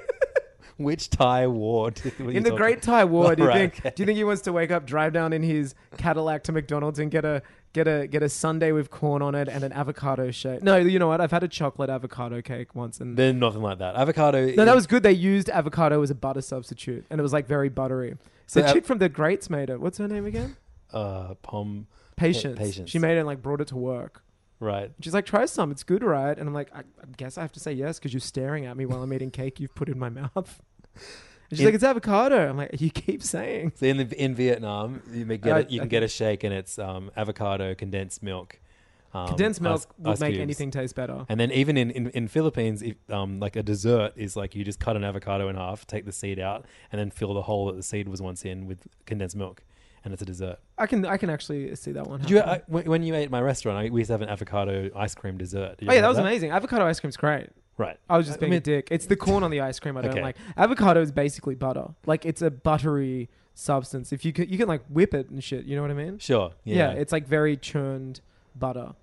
Speaker 6: Which Thai war? did- were you
Speaker 7: in the
Speaker 6: talking-
Speaker 7: Great Thai War, do you
Speaker 6: Alright,
Speaker 7: think?
Speaker 6: okay.
Speaker 7: Do you think he wants to wake up, drive down in his Cadillac to McDonald's and get a get a get a Sunday with corn on it and an avocado shake? No, you know what? I've had a chocolate avocado cake once, and
Speaker 6: They're nothing like that. Avocado.
Speaker 7: No, that was good. They used avocado as a butter substitute, and it was like very buttery. So the
Speaker 6: So, uh,
Speaker 7: chick from the Greats made it. What's her name again?
Speaker 6: uh, pom.
Speaker 7: Patience.
Speaker 6: Patience.
Speaker 7: She made it and like brought it to work.
Speaker 6: Right.
Speaker 7: She's like, try some. It's good, right? And I'm like, I, I guess I have to say yes because you're staring at me while I'm eating cake you've put in my mouth. And she's
Speaker 6: In-
Speaker 7: like, it's avocado. I'm like, you keep saying.
Speaker 6: So in the, in Vietnam, you may get
Speaker 7: I-
Speaker 6: it, you
Speaker 7: I
Speaker 6: can get a shake and it's um, avocado, condensed milk. Um,
Speaker 7: Condensed milk
Speaker 6: ice-
Speaker 7: would
Speaker 6: ice
Speaker 7: make
Speaker 6: cubes.
Speaker 7: anything taste better.
Speaker 6: And then even in in, in Philippines, if, um, like a dessert is like you just cut an avocado in half, take the seed out, and then fill the hole that the seed was once in with condensed milk, and it's a dessert.
Speaker 7: I can I can actually see that one.
Speaker 6: Did you
Speaker 7: happening.
Speaker 6: I, when when you ate at my restaurant? I, we used to have an avocado ice cream dessert. Did you
Speaker 7: oh yeah, that
Speaker 6: have
Speaker 7: was amazing. Avocado ice cream's great.
Speaker 6: Right.
Speaker 7: I was just
Speaker 6: I
Speaker 7: being a
Speaker 6: mean-
Speaker 7: dick. It's the corn on the ice cream I don't
Speaker 6: Okay.
Speaker 7: like. Avocado is basically butter. Like it's a buttery substance. If you can, you can like whip it and shit. You know what I mean?
Speaker 6: Sure.
Speaker 7: Yeah,
Speaker 6: Yeah.
Speaker 7: it's like very churned butter.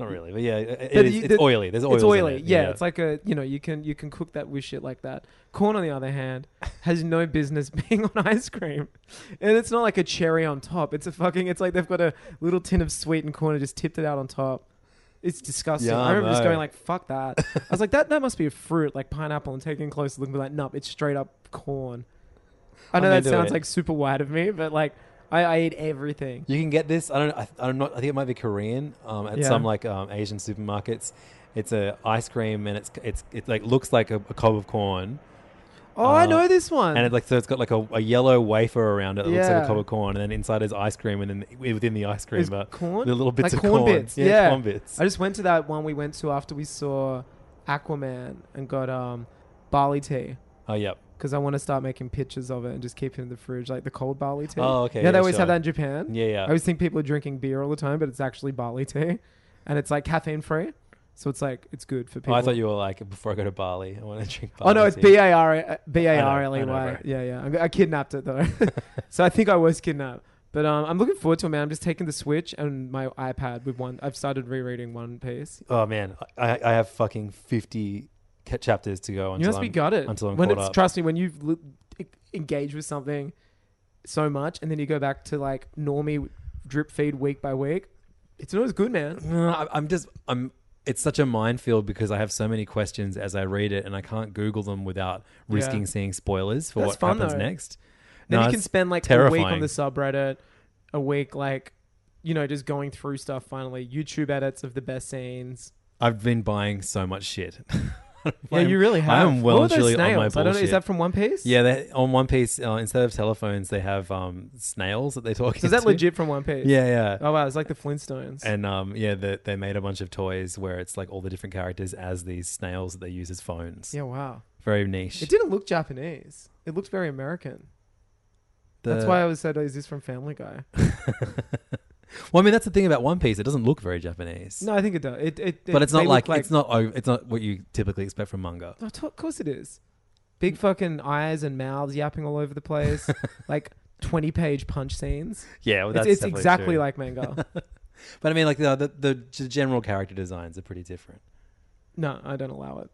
Speaker 6: not really, but yeah, it- it
Speaker 7: But
Speaker 6: is-
Speaker 7: you-
Speaker 6: it's
Speaker 7: the-
Speaker 6: oily. There's oil.
Speaker 7: it's oily. yeah, it's like a you know you can you can cook that with shit like that. Corn on the other hand has no business being on ice cream, and it's not like a cherry on top. It's a fucking. It's like they've got a little tin of sweetened corn and just tipped it out on top. It's disgusting.
Speaker 6: Yeah, I
Speaker 7: I remember just
Speaker 6: know.
Speaker 7: going like, "Fuck that!" I was like, "That that must be a fruit, like pineapple." And taking a closer look, and be like, "Nope, it's straight up corn." I
Speaker 6: I'm
Speaker 7: know that
Speaker 6: into
Speaker 7: sounds
Speaker 6: it.
Speaker 7: like super wide of me, but like, I, I eat everything.
Speaker 6: You can get this. I don't. I, I'm not. I think it might be Korean. Um, at
Speaker 7: Yeah.
Speaker 6: some like um, Asian supermarkets, it's a ice cream and it's it's it like looks like a, a cob of corn,
Speaker 7: Oh, I
Speaker 6: Uh,
Speaker 7: know this one.
Speaker 6: and it like so it's got like a, a yellow wafer around it that looks like
Speaker 7: Yeah.
Speaker 6: a cob of corn, and then inside is ice cream, and then within the ice cream
Speaker 7: Is
Speaker 6: are
Speaker 7: corn?
Speaker 6: the little bits
Speaker 7: Like
Speaker 6: of
Speaker 7: corn
Speaker 6: corn,
Speaker 7: bits, yeah.
Speaker 6: corn bits.
Speaker 7: I just went to that one we went to after we saw Aquaman and got um, barley tea
Speaker 6: oh yep.
Speaker 7: because I want to start making pictures of it and just keep it in the fridge, like the cold barley tea.
Speaker 6: Oh, okay,
Speaker 7: You know, they
Speaker 6: yeah,
Speaker 7: always
Speaker 6: sure.
Speaker 7: have that in Japan.
Speaker 6: Yeah, yeah.
Speaker 7: I always think people are drinking beer all the time, but it's actually barley tea, and it's like caffeine free, so it's like it's good for
Speaker 6: Oh,
Speaker 7: people.
Speaker 6: I thought you were like before I go to Bali, I want to drink. Bali
Speaker 7: Oh no, it's
Speaker 6: tea.
Speaker 7: B A R B A R L E
Speaker 6: I know,
Speaker 7: Y.
Speaker 6: bro.
Speaker 7: Yeah, yeah. I'm- I kidnapped it though, so I think I was kidnapped. But um, I'm looking forward to it, man. I'm just taking the Switch and my iPad with one. I've started rereading One Piece.
Speaker 6: Oh man, I, I have fucking fifty ca- chapters to go. Until
Speaker 7: You must be
Speaker 6: I'm-
Speaker 7: got it.
Speaker 6: until I'm
Speaker 7: when
Speaker 6: caught
Speaker 7: it's
Speaker 6: up.
Speaker 7: trust me, when you've l- e- engaged with something so much, and then you go back to like normie drip feed week by week, it's always good, man.
Speaker 6: No, I- I'm just I'm. It's such a minefield because I have so many questions as I read it, and I can't Google them without risking
Speaker 7: Yeah.
Speaker 6: seeing spoilers for
Speaker 7: That's
Speaker 6: what
Speaker 7: fun,
Speaker 6: happens
Speaker 7: though.
Speaker 6: next.
Speaker 7: Then
Speaker 6: No,
Speaker 7: you can
Speaker 6: it's
Speaker 7: spend like a week
Speaker 6: terrifying.
Speaker 7: on the subreddit, a week like you know just going through stuff. Finally, YouTube edits of the best scenes.
Speaker 6: I've been buying so much shit.
Speaker 7: Yeah, you really have.
Speaker 6: I am well
Speaker 7: What were
Speaker 6: and
Speaker 7: those
Speaker 6: truly on my
Speaker 7: snails?
Speaker 6: bullshit.
Speaker 7: I don't know. Is that from One Piece?
Speaker 6: yeah, they, on One Piece, uh, instead of telephones, they have um, snails that they talk.
Speaker 7: So is that
Speaker 6: into.
Speaker 7: legit from One Piece?
Speaker 6: Yeah, yeah.
Speaker 7: Oh wow, it's like the Flintstones.
Speaker 6: And um, yeah, the, they made a bunch of toys where it's like all the different characters as these snails that they use as phones.
Speaker 7: yeah, wow.
Speaker 6: very niche.
Speaker 7: It didn't look Japanese. It looked very American.
Speaker 6: The-
Speaker 7: That's why I was said, oh, "Is this from Family Guy?"
Speaker 6: well, I mean, that's the thing about One Piece. It doesn't look very Japanese.
Speaker 7: No, I think it does. It, it,
Speaker 6: but it's
Speaker 7: they
Speaker 6: not
Speaker 7: look
Speaker 6: like, it's not o- it's not what you typically expect from manga.
Speaker 7: No, t- of course it is. Big fucking eyes and mouths yapping all over the place, like twenty-page punch scenes.
Speaker 6: Yeah, well,
Speaker 7: It's-
Speaker 6: that's
Speaker 7: it's
Speaker 6: definitely
Speaker 7: exactly
Speaker 6: true.
Speaker 7: like manga.
Speaker 6: But I mean, like the, the the g- general character designs are pretty different.
Speaker 7: no, I don't allow it.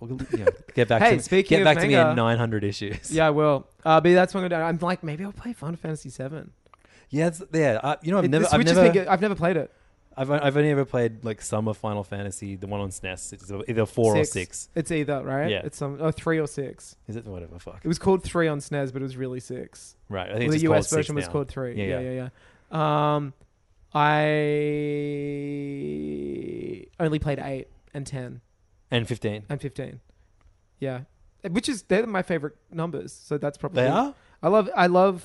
Speaker 6: Well, you know, get back
Speaker 7: Hey,
Speaker 6: to me,
Speaker 7: speaking
Speaker 6: get
Speaker 7: of
Speaker 6: back to me in
Speaker 7: manga-
Speaker 6: 900 issues.
Speaker 7: Yeah, I will. Uh, but that's what I'm gonna do. I'm like, maybe I'll play Final Fantasy Seven.
Speaker 6: yeah, it's, yeah. I, you know, I've
Speaker 7: It-
Speaker 6: never,
Speaker 7: the
Speaker 6: I've
Speaker 7: Switch has
Speaker 6: never,
Speaker 7: been good. I've never played it.
Speaker 6: I've, I've only ever played like some of Final Fantasy, the one on SNES. It's either four or six.
Speaker 7: It's either right.
Speaker 6: Yeah.
Speaker 7: It's some oh, three or six.
Speaker 6: Is it whatever? Fuck.
Speaker 7: It was called three on SNES, but it was really six.
Speaker 6: right. I
Speaker 7: Well,
Speaker 6: think
Speaker 7: the
Speaker 6: it's just called
Speaker 7: US
Speaker 6: six
Speaker 7: version was
Speaker 6: now.
Speaker 7: called three.
Speaker 6: Yeah,
Speaker 7: Yeah,
Speaker 6: yeah.
Speaker 7: yeah, yeah. Um, I only played eight and ten
Speaker 6: And 15.
Speaker 7: and fifteen. Yeah, which is they're my favorite numbers. So that's probably
Speaker 6: They are?
Speaker 7: I love I love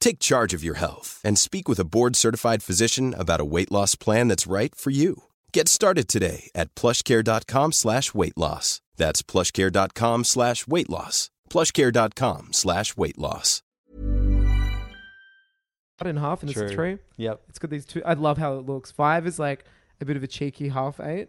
Speaker 1: Take charge of your health and speak with a board-certified physician about a weight loss plan that's right for you. Get started today at plushcare.com slash weight loss. That's plushcare.com slash weight loss. Plushcare.com slash weight loss.
Speaker 7: it in half and it's a tree.
Speaker 6: Yep.
Speaker 7: It's got these two. I love how it looks. Five is like a bit of a cheeky half eight.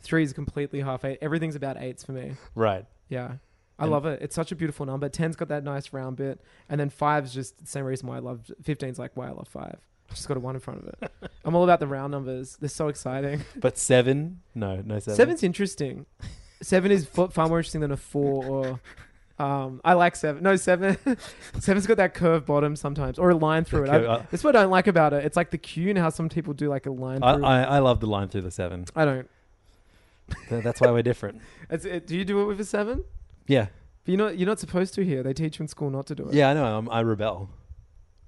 Speaker 7: Three is completely half eight. Everything's about eights for me.
Speaker 6: Right.
Speaker 7: Yeah. I love it. It's such a beautiful number. Ten's got that nice round bit. And then five's just the same reason why I love 15's like why I love five. It's Just got a one in front of it. I'm all about the round numbers. They're so exciting.
Speaker 6: But seven? No, no seven.
Speaker 7: Seven's interesting. Seven is fa- far more interesting than a four or. Um, I like seven. No, seven. seven's got that curved bottom sometimes, or a line through it.
Speaker 6: curve
Speaker 7: I,
Speaker 6: up.
Speaker 7: that's what I don't like about it. It's like the Q and how some people do like a line
Speaker 6: I,
Speaker 7: through.
Speaker 6: I,
Speaker 7: I,
Speaker 6: I love the line through the seven.
Speaker 7: don't.
Speaker 6: Th- That's why we're different.
Speaker 7: It's, it, do you do it with a seven?
Speaker 6: Yeah.
Speaker 7: But you're not. You're not supposed to here. They teach you in school not to do it.
Speaker 6: Yeah, I know. I'm, I rebel.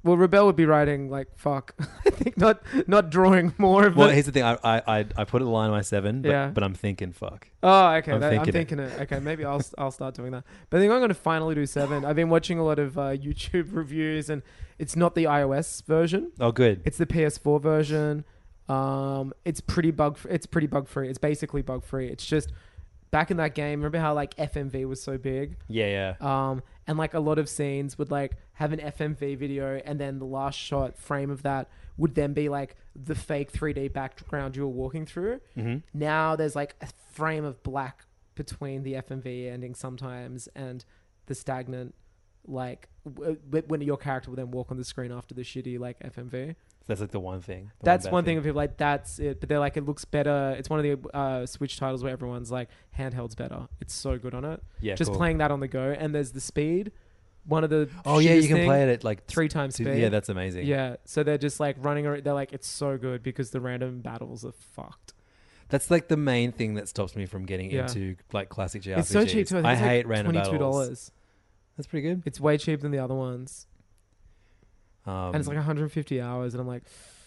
Speaker 7: Well, Rebel would be writing like fuck. I think not. Not drawing more of
Speaker 6: Well,
Speaker 7: it.
Speaker 6: here's the thing. I, I, I, I put a line on my seven, but,
Speaker 7: Yeah.
Speaker 6: but I'm thinking, fuck.
Speaker 7: Oh, okay.
Speaker 6: I'm
Speaker 7: that- I'm,
Speaker 6: thinking
Speaker 7: thinking it. Okay, maybe I'll I'll start doing that. But I think I'm going to finally do seven. I've been watching a lot of uh, YouTube reviews, and it's not the iOS version.
Speaker 6: Oh, good.
Speaker 7: It's the PS4 version. Um, it's pretty bug. It's pretty bug free. It's basically bug free. It's just back in that game. Remember how like FMV was so big?
Speaker 6: yeah, yeah.
Speaker 7: Um, and like a lot of scenes would like have an FMV video, and then the last shot frame of that would then be like the fake 3D background you were walking through. Mm-hmm. Now there's like a frame of black between the FMV ending sometimes and the stagnant, like w- w- when your character will then walk on the screen after the shitty like FMV.
Speaker 6: That's like the one thing. the
Speaker 7: That's
Speaker 6: bad
Speaker 7: one thing of people like that's it, but they're like it looks better. It's one of the uh, Switch titles where everyone's like handheld's better. It's so good on it.
Speaker 6: Yeah,
Speaker 7: just
Speaker 6: cool.
Speaker 7: playing that on the go. And there's the speed. One of the
Speaker 6: Oh, yeah. You
Speaker 7: shoes
Speaker 6: can
Speaker 7: thing.
Speaker 6: play it at like
Speaker 7: three times
Speaker 6: two-
Speaker 7: speed.
Speaker 6: Yeah, that's amazing.
Speaker 7: yeah. So they're just like running. Around, they're like it's so good because the random battles are fucked.
Speaker 6: That's like the main thing that stops me from getting
Speaker 7: Yeah.
Speaker 6: into like classic JRPGs.
Speaker 7: It's so cheap too. I, think
Speaker 6: I
Speaker 7: it's
Speaker 6: hate
Speaker 7: like
Speaker 6: random
Speaker 7: Twenty two
Speaker 6: battles.
Speaker 7: dollars.
Speaker 6: That's pretty good.
Speaker 7: It's way cheaper than the other ones,
Speaker 6: Um,
Speaker 7: and it's like 150 hours. And I'm like,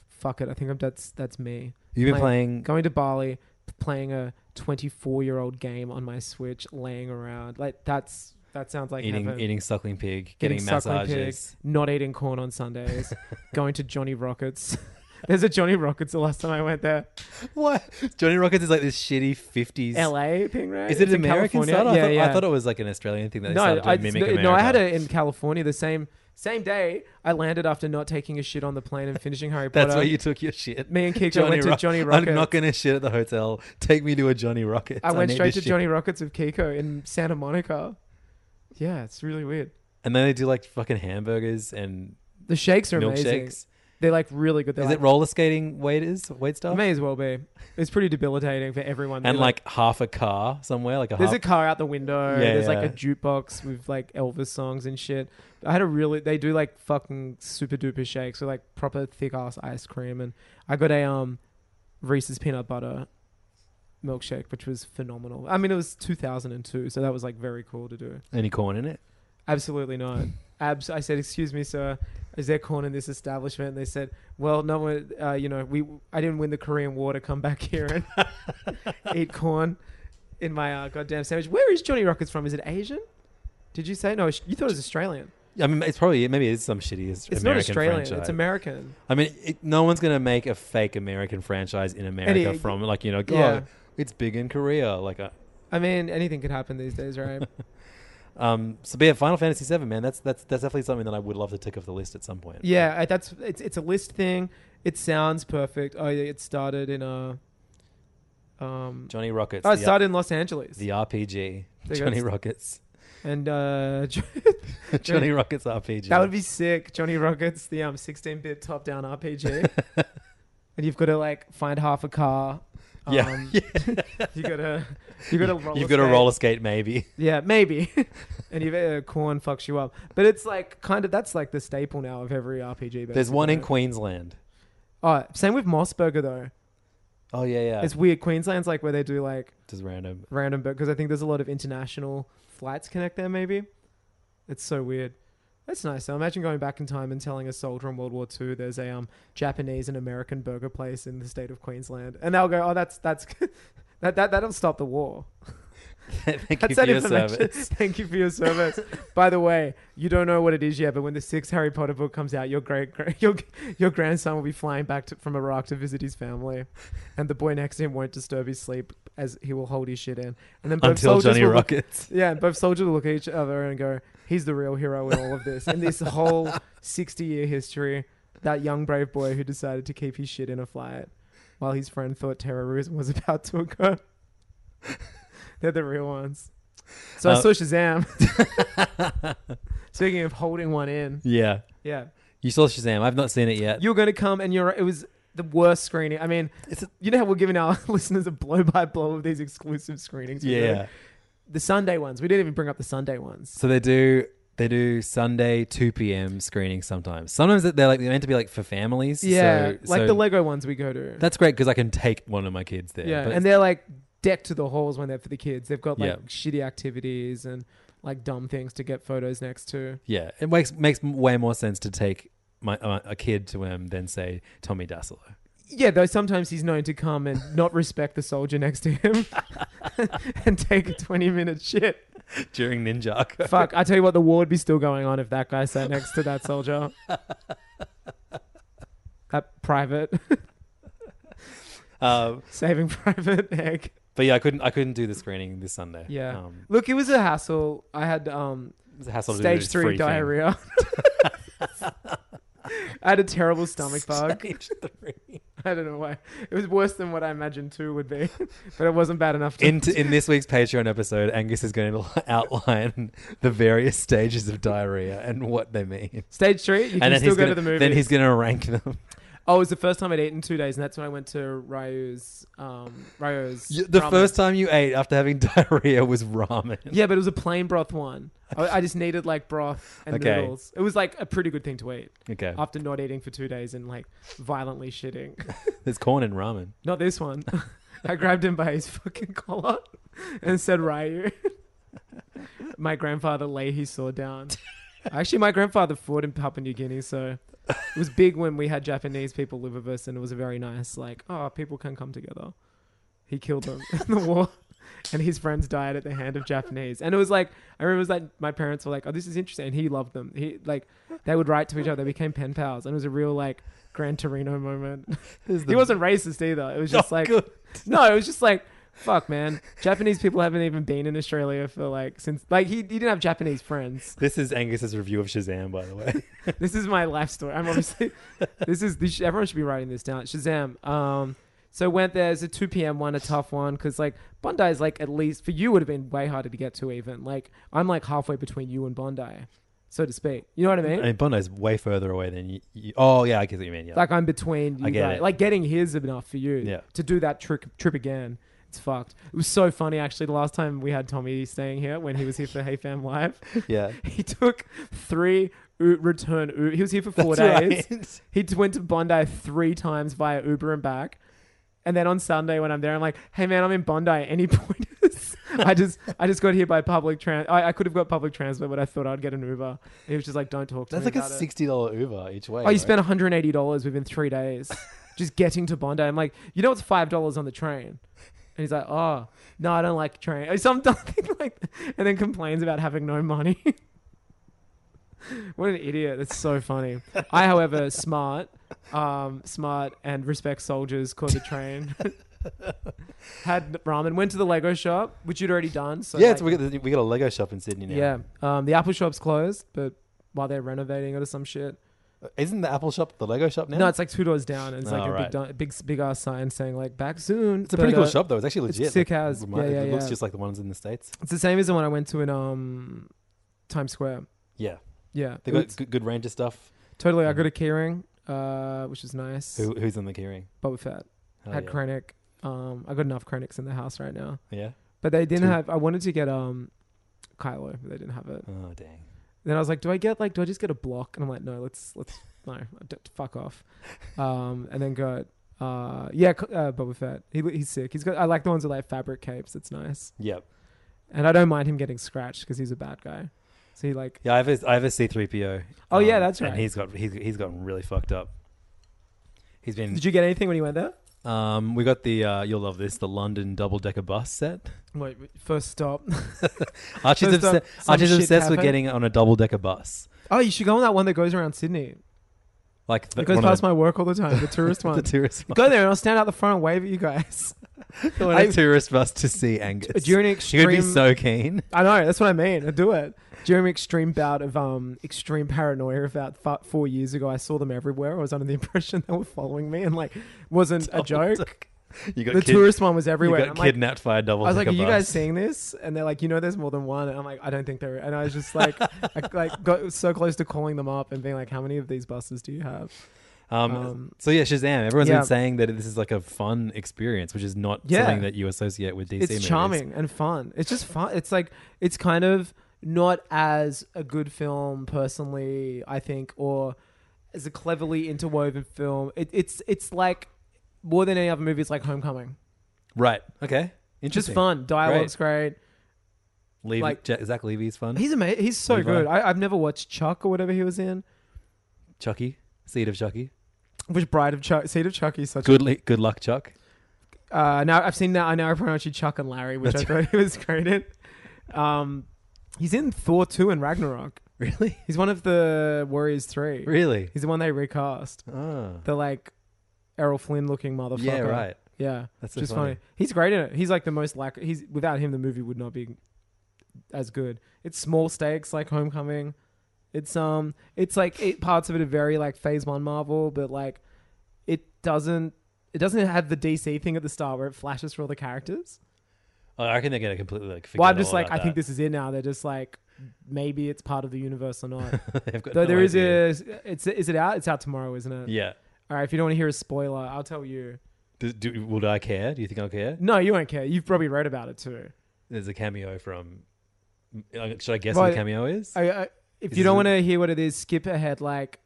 Speaker 7: fuck it. I think I'm, that's that's me.
Speaker 6: you've been
Speaker 7: like,
Speaker 6: playing.
Speaker 7: going to Bali, p- playing a 24 year old game on my Switch, laying around. Like, that's That sounds like
Speaker 6: eating
Speaker 7: heaven.
Speaker 6: eating suckling pig,
Speaker 7: Getting
Speaker 6: getting,
Speaker 7: suckling pig,
Speaker 6: massages.
Speaker 7: not eating corn on Sundays, going to Johnny Rockets. There's a Johnny Rockets the last time I went there.
Speaker 6: What? Johnny Rockets is like this shitty fifties
Speaker 7: LA thing, right?
Speaker 6: Is it
Speaker 7: It's
Speaker 6: an
Speaker 7: in
Speaker 6: American
Speaker 7: California.
Speaker 6: style? I,
Speaker 7: Yeah,
Speaker 6: thought,
Speaker 7: yeah.
Speaker 6: I thought it was like an Australian thing that they
Speaker 7: No,
Speaker 6: started to
Speaker 7: I,
Speaker 6: mimic America.
Speaker 7: no, I had it in California the same same day. I landed after not taking a shit on the plane and finishing Harry Potter.
Speaker 6: That's where you took your shit.
Speaker 7: Me and Kiko
Speaker 6: Johnny
Speaker 7: went to Johnny
Speaker 6: I'm
Speaker 7: Rockets.
Speaker 6: not gonna shit at the hotel. Take me to a Johnny Rockets.
Speaker 7: I went
Speaker 6: need
Speaker 7: straight
Speaker 6: this
Speaker 7: to
Speaker 6: shit.
Speaker 7: Johnny Rockets with Kiko in Santa Monica. Yeah, it's really weird.
Speaker 6: And then they do like fucking hamburgers and
Speaker 7: The shakes are amazing.
Speaker 6: Milkshakes.
Speaker 7: They're like really good. They're
Speaker 6: Is
Speaker 7: like,
Speaker 6: it roller skating waiters, wait
Speaker 7: It
Speaker 6: stuff?
Speaker 7: may as well be. It's pretty debilitating for
Speaker 6: and
Speaker 7: everyone. They're
Speaker 6: like, half a car somewhere, like a
Speaker 7: There's
Speaker 6: half.
Speaker 7: a car out the window.
Speaker 6: Yeah,
Speaker 7: there's like
Speaker 6: yeah.
Speaker 7: a jukebox with like Elvis songs and shit. I had a really they do like fucking super duper shakes with like proper thick ass ice cream and I got a um Reese's peanut butter milkshake which was phenomenal. I mean it was 2002 so that was like very cool to do.
Speaker 6: Any corn in it?
Speaker 7: Absolutely not. Abs- I said, "Excuse me, sir, is there corn in this establishment?" And they said, "Well, no, one- uh, you know, we I didn't win the Korean War to come back here and eat corn in my uh, goddamn sandwich." Where is Johnny Rockets from? Is it Asian? Did you say no? You thought it was Australian.
Speaker 6: I mean, it's probably maybe it's some shitty it's
Speaker 7: It's
Speaker 6: American
Speaker 7: not Australian.
Speaker 6: franchise.
Speaker 7: It's American.
Speaker 6: I mean, it, no one's gonna make a fake American franchise in America
Speaker 7: Any-
Speaker 6: from like you know,
Speaker 7: Yeah.
Speaker 6: oh, it's big in Korea. Like, uh,
Speaker 7: I mean, anything could happen these days, right?
Speaker 6: um, so but yeah, Final Fantasy VII, man, that's that's that's definitely something that I would love to tick off the list at some point.
Speaker 7: yeah, I- that's it's it's a list thing. It sounds perfect. Oh yeah, it started in a. Um,
Speaker 6: Johnny Rockets.
Speaker 7: oh, it
Speaker 6: the-
Speaker 7: started in Los Angeles.
Speaker 6: the RPG.
Speaker 7: There you go.
Speaker 6: Johnny Rockets.
Speaker 7: and uh, Jo-
Speaker 6: Johnny Rockets RPG.
Speaker 7: That would be sick, Johnny Rockets, the um 16-bit top-down RPG. and you've got to like find half a car.
Speaker 6: Yeah.
Speaker 7: Um, you gotta you gotta roller
Speaker 6: You've got to
Speaker 7: skate.
Speaker 6: roller skate, maybe.
Speaker 7: Yeah, maybe. and you've uh, corn fucks you up, but it's like kind of that's like the staple now of every RPG. Basically.
Speaker 6: There's one in Queensland.
Speaker 7: Oh, same with Moss Burger though.
Speaker 6: Oh yeah, yeah.
Speaker 7: It's weird. Queensland's like where they do like
Speaker 6: just random.
Speaker 7: random because I think there's a lot of international flights connect there. Maybe it's so weird. That's nice. So imagine going back in time and telling a soldier in World War II there's a um, Japanese and American burger place in the state of Queensland, and they'll go, "Oh, that's that's that that that'll stop the war."
Speaker 6: Thank you
Speaker 7: That's
Speaker 6: for
Speaker 7: that
Speaker 6: your
Speaker 7: information.
Speaker 6: service.
Speaker 7: Thank you for your service. By the way, you don't know what it is yet, but when the sixth Harry Potter book comes out, your great gra- your your grandson will be flying back to, from Iraq to visit his family, and the boy next to him won't disturb his sleep as he will hold his shit in. And then both
Speaker 6: Until
Speaker 7: soldiers
Speaker 6: Johnny
Speaker 7: will look-
Speaker 6: Rockets.
Speaker 7: yeah, and both soldiers will look at each other and go, "He's the real hero in all of this." In this whole sixty-year history, that young brave boy who decided to keep his shit in a flight while his friend thought terrorism was about to occur. They're the real ones. So I
Speaker 6: Uh,
Speaker 7: saw Shazam. Speaking of holding one in,
Speaker 6: Yeah.
Speaker 7: yeah,
Speaker 6: You saw Shazam. I've not seen it yet.
Speaker 7: you were going to come, and you're. It was the worst screening. I mean, you know how we're giving our listeners a blow by blow of these exclusive screenings. we
Speaker 6: yeah.
Speaker 7: do? the Sunday ones. We didn't even bring up the Sunday ones.
Speaker 6: So they do they do Sunday two p.m. screenings sometimes. Sometimes they're like they're meant to be like for families.
Speaker 7: Yeah,
Speaker 6: so-
Speaker 7: like
Speaker 6: so
Speaker 7: the Lego ones we go to.
Speaker 6: That's great because I can take one of my kids there.
Speaker 7: yeah,
Speaker 6: but
Speaker 7: and they're like decked to the halls when they're for the kids. They've got like
Speaker 6: Yeah.
Speaker 7: shitty activities and like dumb things to get photos next to.
Speaker 6: yeah, it makes makes way more sense to take my uh, a kid to him than say Tommy Dassler.
Speaker 7: Yeah, though sometimes he's known to come and not respect the soldier next to him and take a 20 minute shit.
Speaker 6: during Ninjago.
Speaker 7: Fuck, I tell you what, the war would be still going on if that guy sat next to that soldier. that private,
Speaker 6: Um,
Speaker 7: saving private egg.
Speaker 6: but yeah, I couldn't. I couldn't do the screening this Sunday.
Speaker 7: Yeah.
Speaker 6: Um,
Speaker 7: Look, it was a hassle. I had um,
Speaker 6: it was a hassle to do
Speaker 7: stage
Speaker 6: this
Speaker 7: three
Speaker 6: free thing.
Speaker 7: diarrhea. I had a terrible stomach bug.
Speaker 6: Stage three.
Speaker 7: I don't know why. It was worse than what I imagined two would be, but it wasn't bad enough. To
Speaker 6: In, in this week's Patreon episode, Angus is going to outline the various stages of diarrhea and what they mean.
Speaker 7: stage three, you can
Speaker 6: and then
Speaker 7: still
Speaker 6: he's
Speaker 7: go
Speaker 6: gonna,
Speaker 7: to the movie.
Speaker 6: Then he's going to rank them.
Speaker 7: Oh, it was the first time I'd eaten in two days, and that's when I went to Ryu's. Um, Ryu's.
Speaker 6: You- The
Speaker 7: ramen.
Speaker 6: first time you ate after having diarrhea was ramen.
Speaker 7: Yeah, but it was a plain broth one. I, I just needed like broth and
Speaker 6: Okay.
Speaker 7: noodles. It was like a pretty good thing to eat
Speaker 6: Okay,
Speaker 7: after not eating for two days and like violently shitting.
Speaker 6: there's corn in ramen.
Speaker 7: Not this one. I grabbed him by his fucking collar and said, Ryu. my grandfather laid his sword down. Actually, my grandfather fought in Papua New Guinea, so it was big when we had Japanese people live with us, and it was a very nice, like, oh, people can come together. He killed them in the war. and his friends died at the hand of Japanese. And it was like I remember it was like my parents were like, "Oh, this is interesting." And he loved them. He like they would write to each other. They became pen pals, and it was a real like Gran Torino moment. he wasn't racist either. It was
Speaker 6: Oh,
Speaker 7: just like no, it was just like. Fuck man, Japanese people haven't even been in Australia for like since like he, he didn't have Japanese friends.
Speaker 6: This is Angus's review of Shazam, by the way.
Speaker 7: this is my life story. I'm obviously this is this, everyone should be writing this down. Shazam. Um, so went there's a 2 p.m. one, a tough one because like Bondi is like at least for you would have been way harder to get to even. Like I'm like halfway between you and Bondi, so to speak. You know what I mean?
Speaker 6: I mean, Bondi's way further away than you. you oh, yeah, I guess what you mean. Yeah.
Speaker 7: Like I'm between you
Speaker 6: I get
Speaker 7: guys.
Speaker 6: it.
Speaker 7: Like getting his enough for you
Speaker 6: Yeah.
Speaker 7: to do that trip trip again. It's fucked. It was so funny actually. The last time we had Tommy staying here when he was here for Hey Fam Live,
Speaker 6: Yeah.
Speaker 7: he took three U- return. U- he was here for four
Speaker 6: That's
Speaker 7: days. He t- went to Bondi three times via Uber and back. And then on Sunday when I'm there, I'm like, "Hey man, I'm in Bondi. Any pointers? I just I just got here by public trans. I, I could have got public transport, but I thought I'd get an Uber. And he was just like, "Don't talk to
Speaker 6: That's
Speaker 7: me."
Speaker 6: like a
Speaker 7: about it."
Speaker 6: sixty dollar Uber each way.
Speaker 7: Oh, you spent $180 within three days just getting to Bondi. I'm like, you know, it's $5 on the train. And he's like, oh, no, I don't like train. Or something like And then complains about having no money. what an idiot. That's so funny. I, however, smart, um, smart and respect soldiers caught the train. Had ramen, went to the Lego shop, which you'd already done. So
Speaker 6: yeah,
Speaker 7: like-
Speaker 6: it's, we got the- we got a Lego shop in Sydney now.
Speaker 7: yeah. Um, the Apple shop's closed, but while they're renovating it or some shit.
Speaker 6: Uh, Isn't the Apple shop the Lego shop now?
Speaker 7: No, it's like two doors down, and it's like
Speaker 6: Oh,
Speaker 7: a
Speaker 6: right.
Speaker 7: big, big, big ass sign saying like "back soon." uh,
Speaker 6: It's a pretty cool shop though. It's actually legit.
Speaker 7: sick
Speaker 6: like,
Speaker 7: as.
Speaker 6: remind-
Speaker 7: Yeah, yeah,
Speaker 6: It looks
Speaker 7: yeah.
Speaker 6: just like the ones in the states.
Speaker 7: It's the same as the one I went to in um Times Square.
Speaker 6: Yeah,
Speaker 7: Yeah,
Speaker 6: they got
Speaker 7: it's-
Speaker 6: good, good range of stuff.
Speaker 7: totally. I got a keyring, uh, which is nice.
Speaker 6: Who, who's in the keyring?
Speaker 7: Boba Fett
Speaker 6: Hell
Speaker 7: had
Speaker 6: yeah.
Speaker 7: Krennic. Um, I got enough Krennics in the house right now,
Speaker 6: Yeah.
Speaker 7: but they didn't
Speaker 6: Two.
Speaker 7: have. I wanted to get um Kylo, but they didn't have it.
Speaker 6: Oh dang.
Speaker 7: Then I was like, do I get like, do I just get a block? And I'm like, no, let's let's no, I don't- fuck off. Um, and then got uh, yeah, c- uh, Boba Fett. He, he's sick. He's got. I like the ones with like fabric capes. It's nice.
Speaker 6: Yep.
Speaker 7: And I don't mind him getting scratched because he's a bad guy. So he like,
Speaker 6: Yeah, I have a, I have a C3PO.
Speaker 7: Oh, yeah, that's
Speaker 6: Um, And
Speaker 7: right.
Speaker 6: he's got he's, he's gotten really fucked up. He's been
Speaker 7: did you get anything when you went there?
Speaker 6: um we got the uh you'll love this, the London double decker bus set.
Speaker 7: Wait, wait, first stop.
Speaker 6: Archie's
Speaker 7: First up,
Speaker 6: obsessed
Speaker 7: some
Speaker 6: Archie's
Speaker 7: shit
Speaker 6: obsessed with
Speaker 7: happened.
Speaker 6: getting on a double decker bus.
Speaker 7: oh, you should go on that one that goes around Sydney.
Speaker 6: Like the,
Speaker 7: It goes
Speaker 6: one of
Speaker 7: past
Speaker 6: the-
Speaker 7: my work all the time. The tourist one.
Speaker 6: the tourist bus.
Speaker 7: Go there and I'll stand out the front and wave at you guys.
Speaker 6: The one
Speaker 7: I-
Speaker 6: a tourist bus to see Angus.
Speaker 7: During an
Speaker 6: You're gonna be
Speaker 7: extreme-
Speaker 6: so keen.
Speaker 7: I know. That's what I mean. I do it. During my extreme bout of um extreme paranoia about f- four years ago, I saw them everywhere. I was under the impression they were following me and like wasn't a joke.
Speaker 6: You got
Speaker 7: The
Speaker 6: kid-
Speaker 7: tourist one was everywhere.
Speaker 6: You
Speaker 7: and
Speaker 6: got
Speaker 7: I'm like-
Speaker 6: kidnapped by a double.
Speaker 7: I was like, "Are
Speaker 6: decker
Speaker 7: you
Speaker 6: bus.
Speaker 7: guys seeing this?" And they're like, "You know, there's more than one." And I'm like, "I don't think there." And I was just like, I like got so close to calling them up and being like, "How many of these buses do you have?"
Speaker 6: Um,
Speaker 7: Um,
Speaker 6: so yeah, Shazam. Everyone's
Speaker 7: yeah.
Speaker 6: been saying that this is like a fun experience, which is not
Speaker 7: Yeah.
Speaker 6: something that you associate with DC.
Speaker 7: it's
Speaker 6: movies.
Speaker 7: charming and fun. It's just fun. It's like it's kind of not as a good film personally, I think, or as a cleverly interwoven film. It, it's it's like more than any other movie. It's like Homecoming.
Speaker 6: Right. Okay.
Speaker 7: Just
Speaker 6: Interesting.
Speaker 7: fun. Dialogue's great.
Speaker 6: Levy,
Speaker 7: like-
Speaker 6: Ja- Zach Levy's fun.
Speaker 7: He's amazing. He's so
Speaker 6: Levi.
Speaker 7: good. I, I've never watched Chuck or whatever he was in.
Speaker 6: Chucky. Seed of Chucky.
Speaker 7: Which Bride of Chuck, Seed of Chucky, is such
Speaker 6: Good. li- good luck, Chuck.
Speaker 7: Uh, now I've seen now. I now I pronounce you Chuck and Larry, which
Speaker 6: That's
Speaker 7: I thought he was great in. Um, he's in Thor two and Ragnarok.
Speaker 6: Really?
Speaker 7: He's one of the Warriors three.
Speaker 6: Really?
Speaker 7: He's the one they recast.
Speaker 6: Ah.
Speaker 7: The like Errol Flynn looking motherfucker.
Speaker 6: Yeah. Right.
Speaker 7: Yeah,
Speaker 6: That's so
Speaker 7: just funny.
Speaker 6: funny.
Speaker 7: He's great in it. He's like the most like he's without him the movie would not be as good. It's small stakes like Homecoming. It's um it's like it parts of it are very like phase 1 Marvel but like it doesn't it doesn't have the DC thing at the start where it flashes for all the characters.
Speaker 6: Oh, I reckon they're gonna completely like.
Speaker 7: well, I'm
Speaker 6: forget
Speaker 7: just
Speaker 6: all
Speaker 7: like I
Speaker 6: about
Speaker 7: think
Speaker 6: that.
Speaker 7: this is it now. They're just like maybe it's part of the universe or not.
Speaker 6: They've got
Speaker 7: Though
Speaker 6: no
Speaker 7: there is
Speaker 6: idea.
Speaker 7: a it's is it out? It's out tomorrow, isn't it?
Speaker 6: Yeah.
Speaker 7: All right, if you don't want to hear a spoiler, I'll tell you.
Speaker 6: Do, do, would I care? Do you think I'll care?
Speaker 7: No, you won't care. You've probably read about it too.
Speaker 6: There's a cameo from. uh, Should I guess
Speaker 7: Well,
Speaker 6: what the cameo is?
Speaker 7: I, I, if
Speaker 6: Is
Speaker 7: you don't
Speaker 6: this
Speaker 7: want
Speaker 6: a-
Speaker 7: to hear what it is, skip ahead like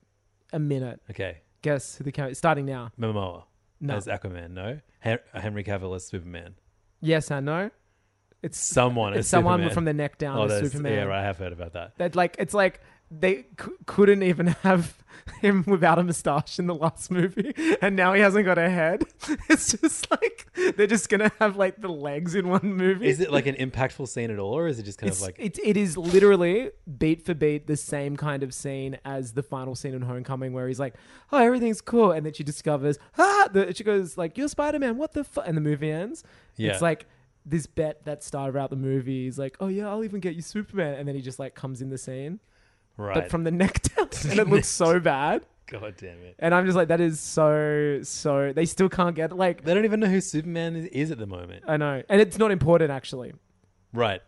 Speaker 7: a minute.
Speaker 6: okay.
Speaker 7: Guess who the character starting now.
Speaker 6: Momoa
Speaker 7: No.
Speaker 6: as Aquaman. No. Hen- Henry Cavill as Superman.
Speaker 7: yes, I know. It's
Speaker 6: Someone
Speaker 7: it's
Speaker 6: as
Speaker 7: someone
Speaker 6: Superman.
Speaker 7: from the neck down
Speaker 6: Oh,
Speaker 7: as
Speaker 6: that's-
Speaker 7: Superman.
Speaker 6: Yeah, right. I have heard about that.
Speaker 7: That like it's like they c- couldn't even have him without a mustache in the last movie, and now he hasn't got a head. It's just like They're just gonna have like the legs in one movie.
Speaker 6: Is it like an impactful scene at all, or is it just kind
Speaker 7: it's,
Speaker 6: of like
Speaker 7: it, it is literally beat for beat the same kind of scene as the final scene in Homecoming, where he's like, "Oh, everything's cool," and then she discovers, "Ah!" The, she goes like, "You're Spider Man. What the fuck?" And the movie ends.
Speaker 6: Yeah.
Speaker 7: It's like this bet that started out the movie is like, "Oh yeah, I'll even get you Superman," and then he just like comes in the scene,
Speaker 6: right?
Speaker 7: but from the neck down, and it looks so bad.
Speaker 6: God damn it!
Speaker 7: And I'm just like, that is so so. They still can't get like.
Speaker 6: They don't even know who Superman is, is at the moment,
Speaker 7: I know, and it's not important actually.
Speaker 6: right?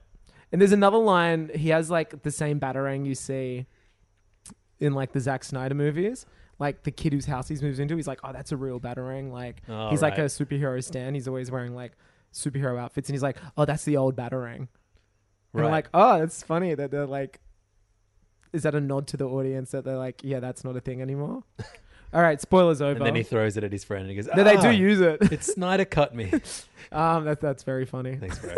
Speaker 7: And there's another line. He has like the same batarang you see in like the Zack Snyder movies. Like the kid whose house he moves into, he's like, "Oh, that's a real batarang." Like
Speaker 6: Oh,
Speaker 7: he's like
Speaker 6: right.
Speaker 7: a superhero stand. He's always wearing like superhero outfits, and he's like, "Oh, that's the old batarang." And
Speaker 6: Right.
Speaker 7: I'm like, "Oh, that's funny that they're like." Is that a nod to the audience that they're like, "Yeah, that's not a thing anymore." All right, spoilers over.
Speaker 6: And then he throws it at his friend and he goes,
Speaker 7: no, they do
Speaker 6: "Ah,
Speaker 7: use it.
Speaker 6: It's Snyder cut me.
Speaker 7: um, that, that's very funny.
Speaker 6: Thanks, bro.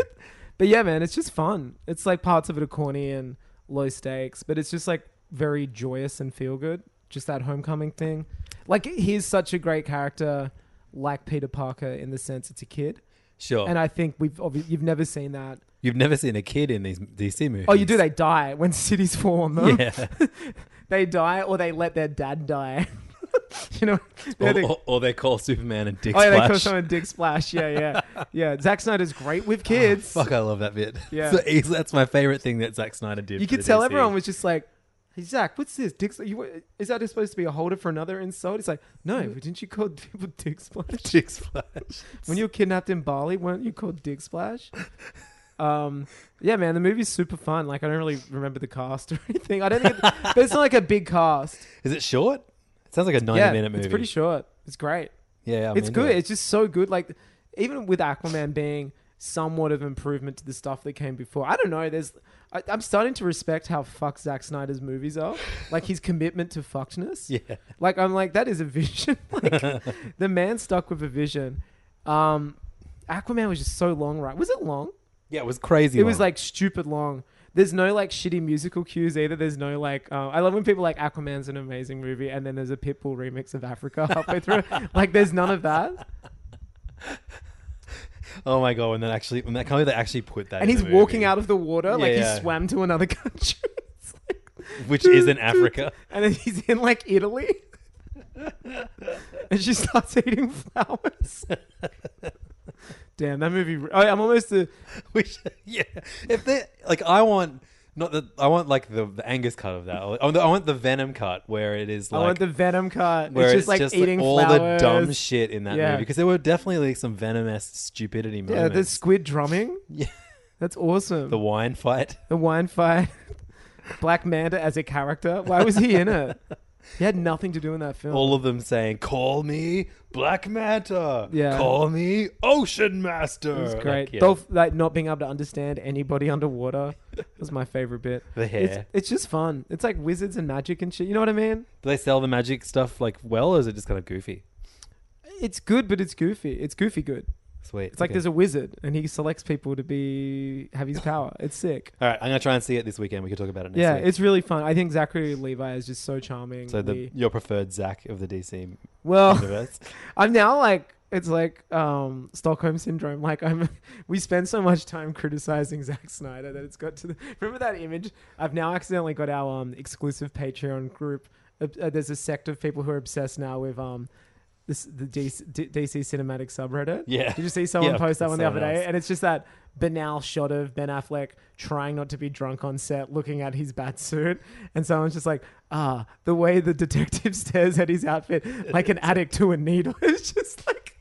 Speaker 7: But yeah, man, it's just fun. It's like parts of it are corny and low stakes, but it's just like very joyous and feel good. Just that homecoming thing. Like he's such a great character, like Peter Parker in the sense it's a kid,
Speaker 6: Sure.
Speaker 7: and I think we've obvi- you've never seen that.
Speaker 6: You've never seen a kid in these DC movies.
Speaker 7: Oh, you do. They die when cities fall on them.
Speaker 6: Yeah.
Speaker 7: they die, or they let their dad die. you know, they're
Speaker 6: or,
Speaker 7: the-
Speaker 6: or- or they call Superman a dick
Speaker 7: oh yeah, they
Speaker 6: Oh, splash.
Speaker 7: call someone Dick Splash. Yeah, yeah, yeah. Zack Snyder's great with kids.
Speaker 6: Oh, Fuck, I love that bit.
Speaker 7: Yeah.
Speaker 6: So he's- that's my favorite thing that Zack Snyder did.
Speaker 7: You
Speaker 6: for
Speaker 7: could
Speaker 6: the
Speaker 7: tell
Speaker 6: DC.
Speaker 7: everyone was just like, "Hey Zach, what's this? Dick? You, is that just supposed to be a holder for another insult?" It's like, "No, didn't you call people Dick Splash
Speaker 6: Mm. dick splash.
Speaker 7: when you were kidnapped in Bali? weren't you called Dick Splash?" um, yeah, man, the movie's super fun. Like, I don't really remember the cast or anything. I don't think, it, but it's not like a big cast.
Speaker 6: Is it short? It sounds like a
Speaker 7: yeah,
Speaker 6: ninety-minute movie.
Speaker 7: it's pretty short. It's great.
Speaker 6: Yeah, I'm
Speaker 7: it's
Speaker 6: into
Speaker 7: good.
Speaker 6: it.
Speaker 7: It's just so good. Like even with Aquaman being somewhat of improvement to the stuff that came before. I don't know. There's I, I'm starting to respect how fucked Zack Snyder's movies are. Like his commitment to fuckedness.
Speaker 6: Yeah.
Speaker 7: Like I'm like that is a vision. like the man stuck with a vision. Um, Aquaman was just so long. Right? Was it long?
Speaker 6: Yeah, it was crazy.
Speaker 7: It was
Speaker 6: long.
Speaker 7: like stupid long. There's no like shitty musical cues either. There's no like. Uh, I love when people like Aquaman's an amazing movie, and then there's a Pitbull remix of Africa halfway through. like, there's none of that.
Speaker 6: oh my god, when that actually, when that company they actually put that,
Speaker 7: And
Speaker 6: in
Speaker 7: he's
Speaker 6: the
Speaker 7: walking
Speaker 6: movie,
Speaker 7: out of the water like
Speaker 6: Yeah.
Speaker 7: he swam to another country. It's like-
Speaker 6: which is in Africa.
Speaker 7: and then he's in like Italy. and she starts eating flowers. Damn, that movie. I, I'm almost a.
Speaker 6: We should, yeah. If they like, I want not the I want like the, the Angus cut of that. I want, the, I want the Venom cut where it is
Speaker 7: I
Speaker 6: like
Speaker 7: want the Venom cut.
Speaker 6: where
Speaker 7: It's just like eating
Speaker 6: all
Speaker 7: flowers.
Speaker 6: the dumb shit in that
Speaker 7: Yeah.
Speaker 6: movie because there were definitely like some venomous stupidity moments.
Speaker 7: Yeah, the squid drumming. Yeah. That's awesome.
Speaker 6: the
Speaker 7: The,
Speaker 6: wine fight.
Speaker 7: wine fight. Black Manta as a character. Why was he in it? He had nothing to do in that film.
Speaker 6: All of them saying, "Call me Black Manta."
Speaker 7: Yeah.
Speaker 6: Call me Ocean Master.
Speaker 7: it was
Speaker 6: Like,
Speaker 7: great.
Speaker 6: yeah.
Speaker 7: Dolph, like not being able to understand anybody underwater was my favorite bit.
Speaker 6: The
Speaker 7: It's,
Speaker 6: hair.
Speaker 7: it's just fun. It's like wizards and magic and shit. You know what I mean?
Speaker 6: Do they sell the magic stuff like well, or is it just kind of goofy?
Speaker 7: It's good, but it's goofy. It's goofy good.
Speaker 6: Sweet.
Speaker 7: It's like there's a wizard and he selects people to be have his power. It's sick.
Speaker 6: All right, I'm gonna try and see it this weekend. We can talk about it next
Speaker 7: yeah,
Speaker 6: week.
Speaker 7: it's really fun. I think Zachary Levi is just so charming.
Speaker 6: so the,
Speaker 7: We-
Speaker 6: your preferred Zach of the DC
Speaker 7: well,
Speaker 6: universe.
Speaker 7: I'm now like it's like um, Stockholm syndrome. Like I'm, we spend so much time criticizing Zack Snyder that it's got to. The, remember that image? I've now accidentally got our um, exclusive Patreon group. Uh, uh, there's a sect of people who are obsessed now with um, this the DC, D- DC cinematic subreddit.
Speaker 6: Yeah.
Speaker 7: Did you see someone
Speaker 6: Yeah,
Speaker 7: post that one the other
Speaker 6: someone
Speaker 7: day?
Speaker 6: else.
Speaker 7: And it's just that banal shot of Ben Affleck trying not to be drunk on set, looking at his bat suit, and someone's just like, ah, the way the detective stares at his outfit like an addict to a needle. It's just like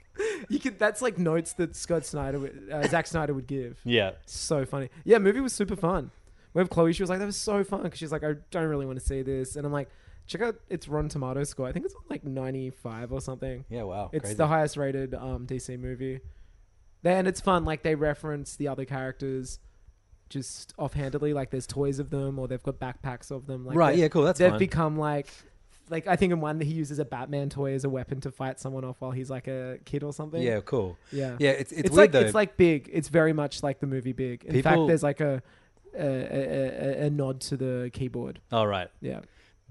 Speaker 7: you could. That's like notes that Scott Snyder, would, uh, Zack Snyder would give.
Speaker 6: yeah.
Speaker 7: So funny. Yeah, movie was super fun. We have Chloe. She was like, that was so fun because she's like, I don't really want to see this, and I'm like. Check out its Rotten Tomato score. I think it's like 95 or something.
Speaker 6: Yeah. Wow.
Speaker 7: It's
Speaker 6: crazy.
Speaker 7: the highest rated um, DC movie. They- And it's fun. Like they reference the other characters just offhandedly. Like there's toys of them, or they've got backpacks of them. Like,
Speaker 6: Right,
Speaker 7: they-
Speaker 6: yeah, cool, that's
Speaker 7: they've
Speaker 6: fun.
Speaker 7: become like, like I think in one that he uses a Batman toy as a weapon to fight someone off while he's like a kid or something.
Speaker 6: Yeah, cool.
Speaker 7: Yeah.
Speaker 6: yeah. It's it's, weird
Speaker 7: like
Speaker 6: though.
Speaker 7: it's like big. It's very much like the movie Big. In
Speaker 6: People-
Speaker 7: fact, there's like a a, a, a a nod to the keyboard.
Speaker 6: all right.
Speaker 7: Yeah.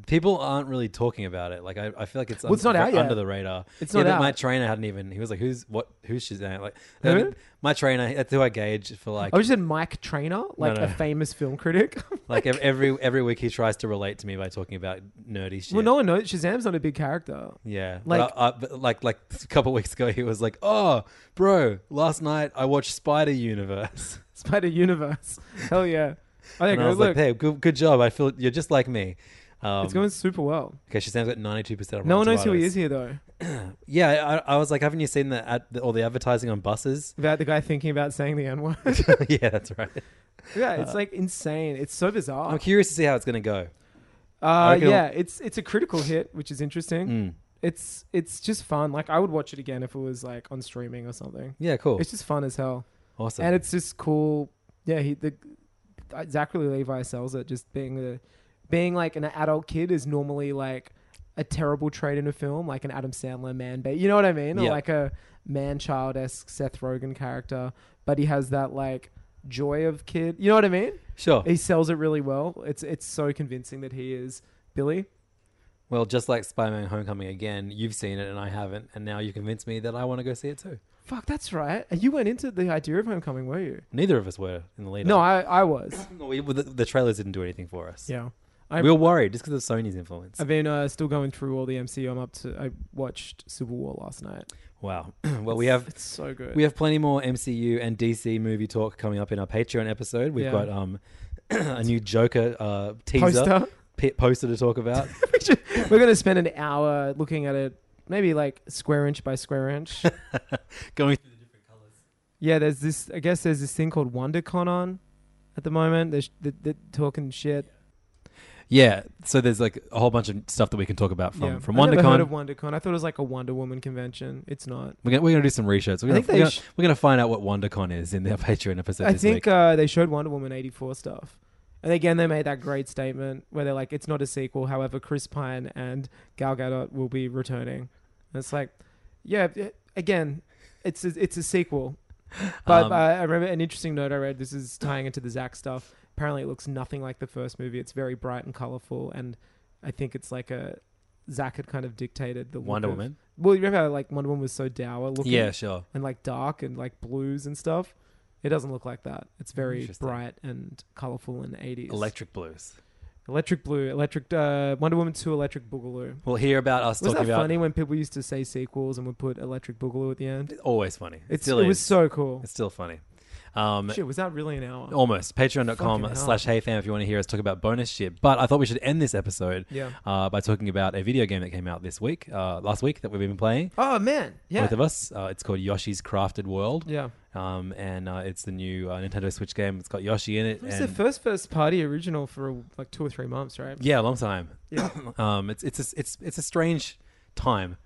Speaker 6: People aren't really talking about it. Like I, I feel like it's,
Speaker 7: Well, it's not
Speaker 6: un-
Speaker 7: out yet.
Speaker 6: under the radar.
Speaker 7: It's
Speaker 6: yeah,
Speaker 7: not
Speaker 6: but My
Speaker 7: out.
Speaker 6: trainer hadn't even. He was like, "Who's what? Who's Shazam?" Like
Speaker 7: Who?
Speaker 6: I mean, my trainer. That's who I gauge for like.
Speaker 7: I was just in Mike Trainer, like
Speaker 6: no.
Speaker 7: a famous film critic.
Speaker 6: like ev- every every week he tries to relate to me by talking about nerdy shit.
Speaker 7: Well, no one knows Shazam's not a big character.
Speaker 6: Yeah,
Speaker 7: Like-
Speaker 6: like I, I- but like like a couple weeks ago, he was like, "Oh, bro, last night I watched Spider Universe."
Speaker 7: Spider Universe. Hell yeah. I think
Speaker 6: and I was
Speaker 7: look,
Speaker 6: like, "Hey, good, good job. I feel you're just like me." Um,
Speaker 7: it's going super well.
Speaker 6: okay, Shazam's got ninety two percent.
Speaker 7: No one knows who he is here though.
Speaker 6: Yeah, I, I was like, haven't you seen the, ad, the all the advertising on buses?
Speaker 7: About the guy thinking about saying the N word.
Speaker 6: yeah, that's right.
Speaker 7: yeah,
Speaker 6: Uh,
Speaker 7: it's like insane. It's so bizarre.
Speaker 6: I'm curious to see how it's gonna go.
Speaker 7: Uh,
Speaker 6: reckon Mm.
Speaker 7: yeah,
Speaker 6: it'll-
Speaker 7: it's it's a critical hit, which is interesting. It's it's just fun. Like I would watch it again if it was like on streaming or something.
Speaker 6: Yeah, cool,
Speaker 7: It's just fun as hell,
Speaker 6: awesome.
Speaker 7: and it's just cool. Yeah, he the uh, Zachary Levi sells it. Just being the being like an adult kid is normally like a terrible trait in a film, like an Adam Sandler man bait. You know what I mean? Or
Speaker 6: Yeah.
Speaker 7: like a man child esque Seth Rogen character, but he has that like joy of kid. You know what I mean?
Speaker 6: sure.
Speaker 7: He sells it really well. It's it's so convincing that he is Billy.
Speaker 6: Well, just like Spider-Man: Homecoming again, you've seen it and I haven't, and now you convinced me that I want to go see it too.
Speaker 7: Fuck, that's right. You went into the idea of Homecoming, were you?
Speaker 6: Neither of us were in the lead.
Speaker 7: No, I, I was.
Speaker 6: Well, we, well, the, the trailers didn't do anything for us.
Speaker 7: yeah. I,
Speaker 6: we were worried just because of Sony's influence.
Speaker 7: I've been uh, still going through all the MCU. I'm up to. I watched Civil War last night.
Speaker 6: wow. well, we have
Speaker 7: It's so good.
Speaker 6: we have plenty more MCU and DC movie talk coming up in our Patreon episode. We've
Speaker 7: Yeah.
Speaker 6: got um a new Joker uh, teaser
Speaker 7: Poster.
Speaker 6: P- poster to talk about.
Speaker 7: We're going to spend an hour looking at it, maybe like square inch by square inch.
Speaker 6: Going
Speaker 7: yeah, there's this. I guess there's this thing called WonderCon on at the moment. There's the, the talking shit.
Speaker 6: Yeah, so there's like a whole bunch of stuff that we can talk about from
Speaker 7: yeah.
Speaker 6: from
Speaker 7: I never heard
Speaker 6: WonderCon.
Speaker 7: of WonderCon. I thought it was like a Wonder Woman convention. It's not.
Speaker 6: We're gonna, we're gonna do some research. We're
Speaker 7: I
Speaker 6: gonna,
Speaker 7: think
Speaker 6: we're,
Speaker 7: they
Speaker 6: gonna,
Speaker 7: sh-
Speaker 6: we're gonna find out what WonderCon is in our Patreon episode.
Speaker 7: I
Speaker 6: this
Speaker 7: think
Speaker 6: week.
Speaker 7: uh, they showed Wonder Woman 84 stuff. And again, they made that great statement where they're like, it's not a sequel. However, Chris Pine and Gal Gadot will be returning. And it's like, yeah, it- again, it's a, it's a sequel. But
Speaker 6: Um,
Speaker 7: uh, I remember an interesting note I read. This is tying into the Zack stuff. Apparently, it looks nothing like the first movie. It's very bright and colorful. And I think it's like a. Zack had kind of dictated the look
Speaker 6: Wonder
Speaker 7: of-
Speaker 6: Woman.
Speaker 7: Well, you remember how, like Wonder Woman was so dour looking
Speaker 6: Yeah, sure.
Speaker 7: and like dark and like blues and stuff. It doesn't look like that. It's very
Speaker 6: Interesting.
Speaker 7: bright and colorful and 80s.
Speaker 6: Electric Blues.
Speaker 7: electric blue, electric uh, Wonder Woman 2 Electric Boogaloo.
Speaker 6: We'll hear about us
Speaker 7: Was that
Speaker 6: talking about.
Speaker 7: funny when people used to say sequels and would put Electric Boogaloo at the end?
Speaker 6: It's always funny. It
Speaker 7: It's,
Speaker 6: still
Speaker 7: it
Speaker 6: is.
Speaker 7: was so cool.
Speaker 6: it's Oh, still funny. Um,
Speaker 7: Shit, was that really an hour?
Speaker 6: almost
Speaker 7: Fucking hell.
Speaker 6: patreon.com slash heyfam if you want to hear us talk about bonus shit but i thought we should end this episode
Speaker 7: Yeah.
Speaker 6: uh, by talking about a video game that came out this week uh, last week that we've been playing
Speaker 7: Oh man, yeah,
Speaker 6: both of us uh, it's called yoshi's crafted world
Speaker 7: yeah.
Speaker 6: um, and uh, it's the new uh, nintendo switch game it's got yoshi in it
Speaker 7: It was the
Speaker 6: and-
Speaker 7: first first party original for like two or three months, right?
Speaker 6: yeah a long time um, it's, it's, a, it's, it's a strange time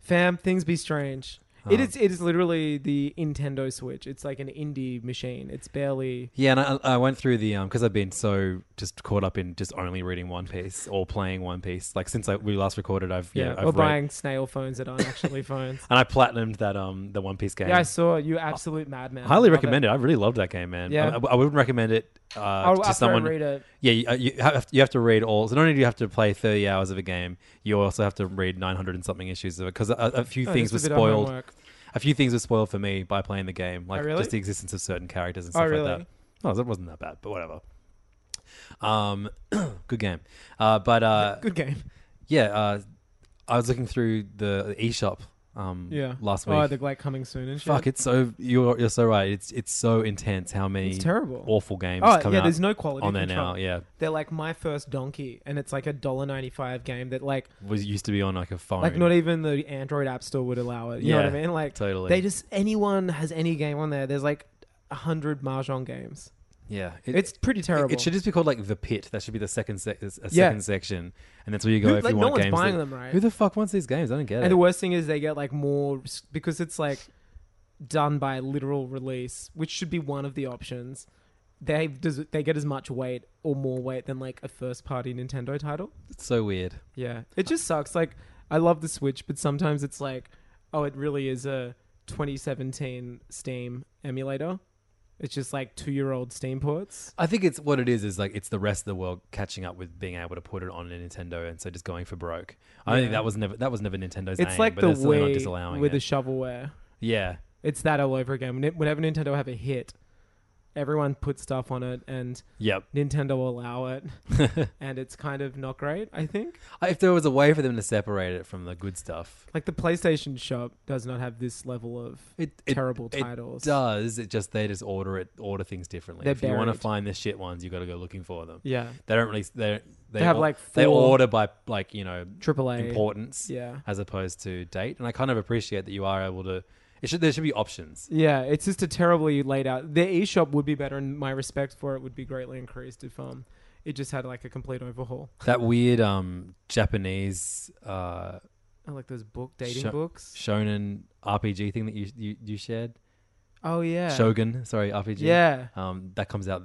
Speaker 7: Fam, things be strange. It is. It is literally the Nintendo Switch. It's like an indie machine. It's barely.
Speaker 6: yeah, and I, I went through the um because I've been so just caught up in just only reading One Piece or playing One Piece. Like since I, we last recorded, I've yeah,
Speaker 7: Yeah,
Speaker 6: I've
Speaker 7: or
Speaker 6: read,
Speaker 7: buying snail phones that aren't actually phones.
Speaker 6: and I platinumed that um the One Piece game.
Speaker 7: Yeah, I saw it. you, absolute madman.
Speaker 6: Highly
Speaker 7: Love
Speaker 6: recommend it. I really loved that game, man.
Speaker 7: Yeah.
Speaker 6: I, I wouldn't recommend it uh,
Speaker 7: I'll
Speaker 6: to
Speaker 7: after
Speaker 6: someone.
Speaker 7: I read it.
Speaker 6: Yeah, you, uh, you, have, you have to read all. So not only do you have to play thirty hours of a game, you also have to read nine hundred and something issues of it because a, a few
Speaker 7: Oh,
Speaker 6: things were
Speaker 7: just a bit of
Speaker 6: spoiled.
Speaker 7: homework. Oh,
Speaker 6: A few things were spoiled for me by playing the game, like
Speaker 7: really?
Speaker 6: just the existence of certain characters and
Speaker 7: Oh,
Speaker 6: stuff
Speaker 7: really?
Speaker 6: like that. No, that wasn't that bad, but whatever. Um, good game. Uh, but uh,
Speaker 7: Good game.
Speaker 6: yeah, uh, I was looking through the eShop um
Speaker 7: Yeah.
Speaker 6: last week.
Speaker 7: Oh, they're like coming soon and shit.
Speaker 6: Fuck, it's so you're you're so right. It's it's so intense how many
Speaker 7: It's terrible.
Speaker 6: awful E games
Speaker 7: Oh
Speaker 6: come
Speaker 7: yeah,
Speaker 6: out
Speaker 7: there's no quality
Speaker 6: on there
Speaker 7: control.
Speaker 6: now. Yeah,
Speaker 7: They're like my first donkey, and it's like a dollar ninety five game that like
Speaker 6: was used to be on like a phone.
Speaker 7: like not even the Android app store would allow it. You know what I
Speaker 6: Yeah,
Speaker 7: mean? Like
Speaker 6: totally.
Speaker 7: They just anyone has any game on there. There's like a hundred mahjong games.
Speaker 6: yeah,
Speaker 7: e- It's pretty terrible.
Speaker 6: It, should just be called like the pit. That should be the second sec- a second
Speaker 7: Yeah.
Speaker 6: section, and that's where you go
Speaker 7: Who-
Speaker 6: if
Speaker 7: like,
Speaker 6: you
Speaker 7: no
Speaker 6: want
Speaker 7: one's
Speaker 6: games.
Speaker 7: buying
Speaker 6: that-
Speaker 7: them, right?
Speaker 6: Who the fuck wants these games? I don't get
Speaker 7: And the
Speaker 6: it.
Speaker 7: worst thing is they get like more because it's like done by literal release, which should be one of the options. They does they get as much weight or more weight than like a first party Nintendo title.
Speaker 6: It's so weird.
Speaker 7: Yeah, it just sucks. Like I love the Switch, but sometimes it's like, oh, it really is a 2017 Steam emulator. It's just like two year old Steam ports.
Speaker 6: I think it's what it is is like it's the rest of the world catching up with being able to put it on a Nintendo, and so just going for broke. I don't think
Speaker 7: Yeah.
Speaker 6: that was never that was never Nintendo's.
Speaker 7: It's
Speaker 6: aim,
Speaker 7: like
Speaker 6: but
Speaker 7: the
Speaker 6: they're still not
Speaker 7: Wii
Speaker 6: disallowing
Speaker 7: with
Speaker 6: it.
Speaker 7: the shovelware.
Speaker 6: yeah,
Speaker 7: It's that all over again. When- Whenever Nintendo have a hit, everyone puts stuff on it, and
Speaker 6: yep.
Speaker 7: Nintendo will allow it, and it's kind of not great. I think
Speaker 6: If there was a way for them to separate it from the good stuff,
Speaker 7: like the PlayStation Shop does not have this level of
Speaker 6: it-
Speaker 7: terrible
Speaker 6: it
Speaker 7: titles.
Speaker 6: does it just they just order it order things differently?
Speaker 7: They're
Speaker 6: if you want to
Speaker 7: buried.
Speaker 6: find the shit ones, you got to go looking for them.
Speaker 7: Yeah.
Speaker 6: they don't really they they,
Speaker 7: They have,
Speaker 6: or-
Speaker 7: like,
Speaker 6: they
Speaker 7: four-
Speaker 6: order by like you know
Speaker 7: AAA.
Speaker 6: importance
Speaker 7: Yeah.
Speaker 6: as opposed to date. And I kind of appreciate that you are able to. It should there should be options.
Speaker 7: Yeah, it's just a terribly laid out. The eShop would be better, and my respect for it would be greatly increased if um, it just had like a complete overhaul.
Speaker 6: That weird um Japanese uh
Speaker 7: I like those book dating
Speaker 6: sho-
Speaker 7: books.
Speaker 6: shonen RPG thing that you you, you shared.
Speaker 7: Oh yeah,
Speaker 6: Shogun, sorry, RPG.
Speaker 7: Yeah.
Speaker 6: Um that comes out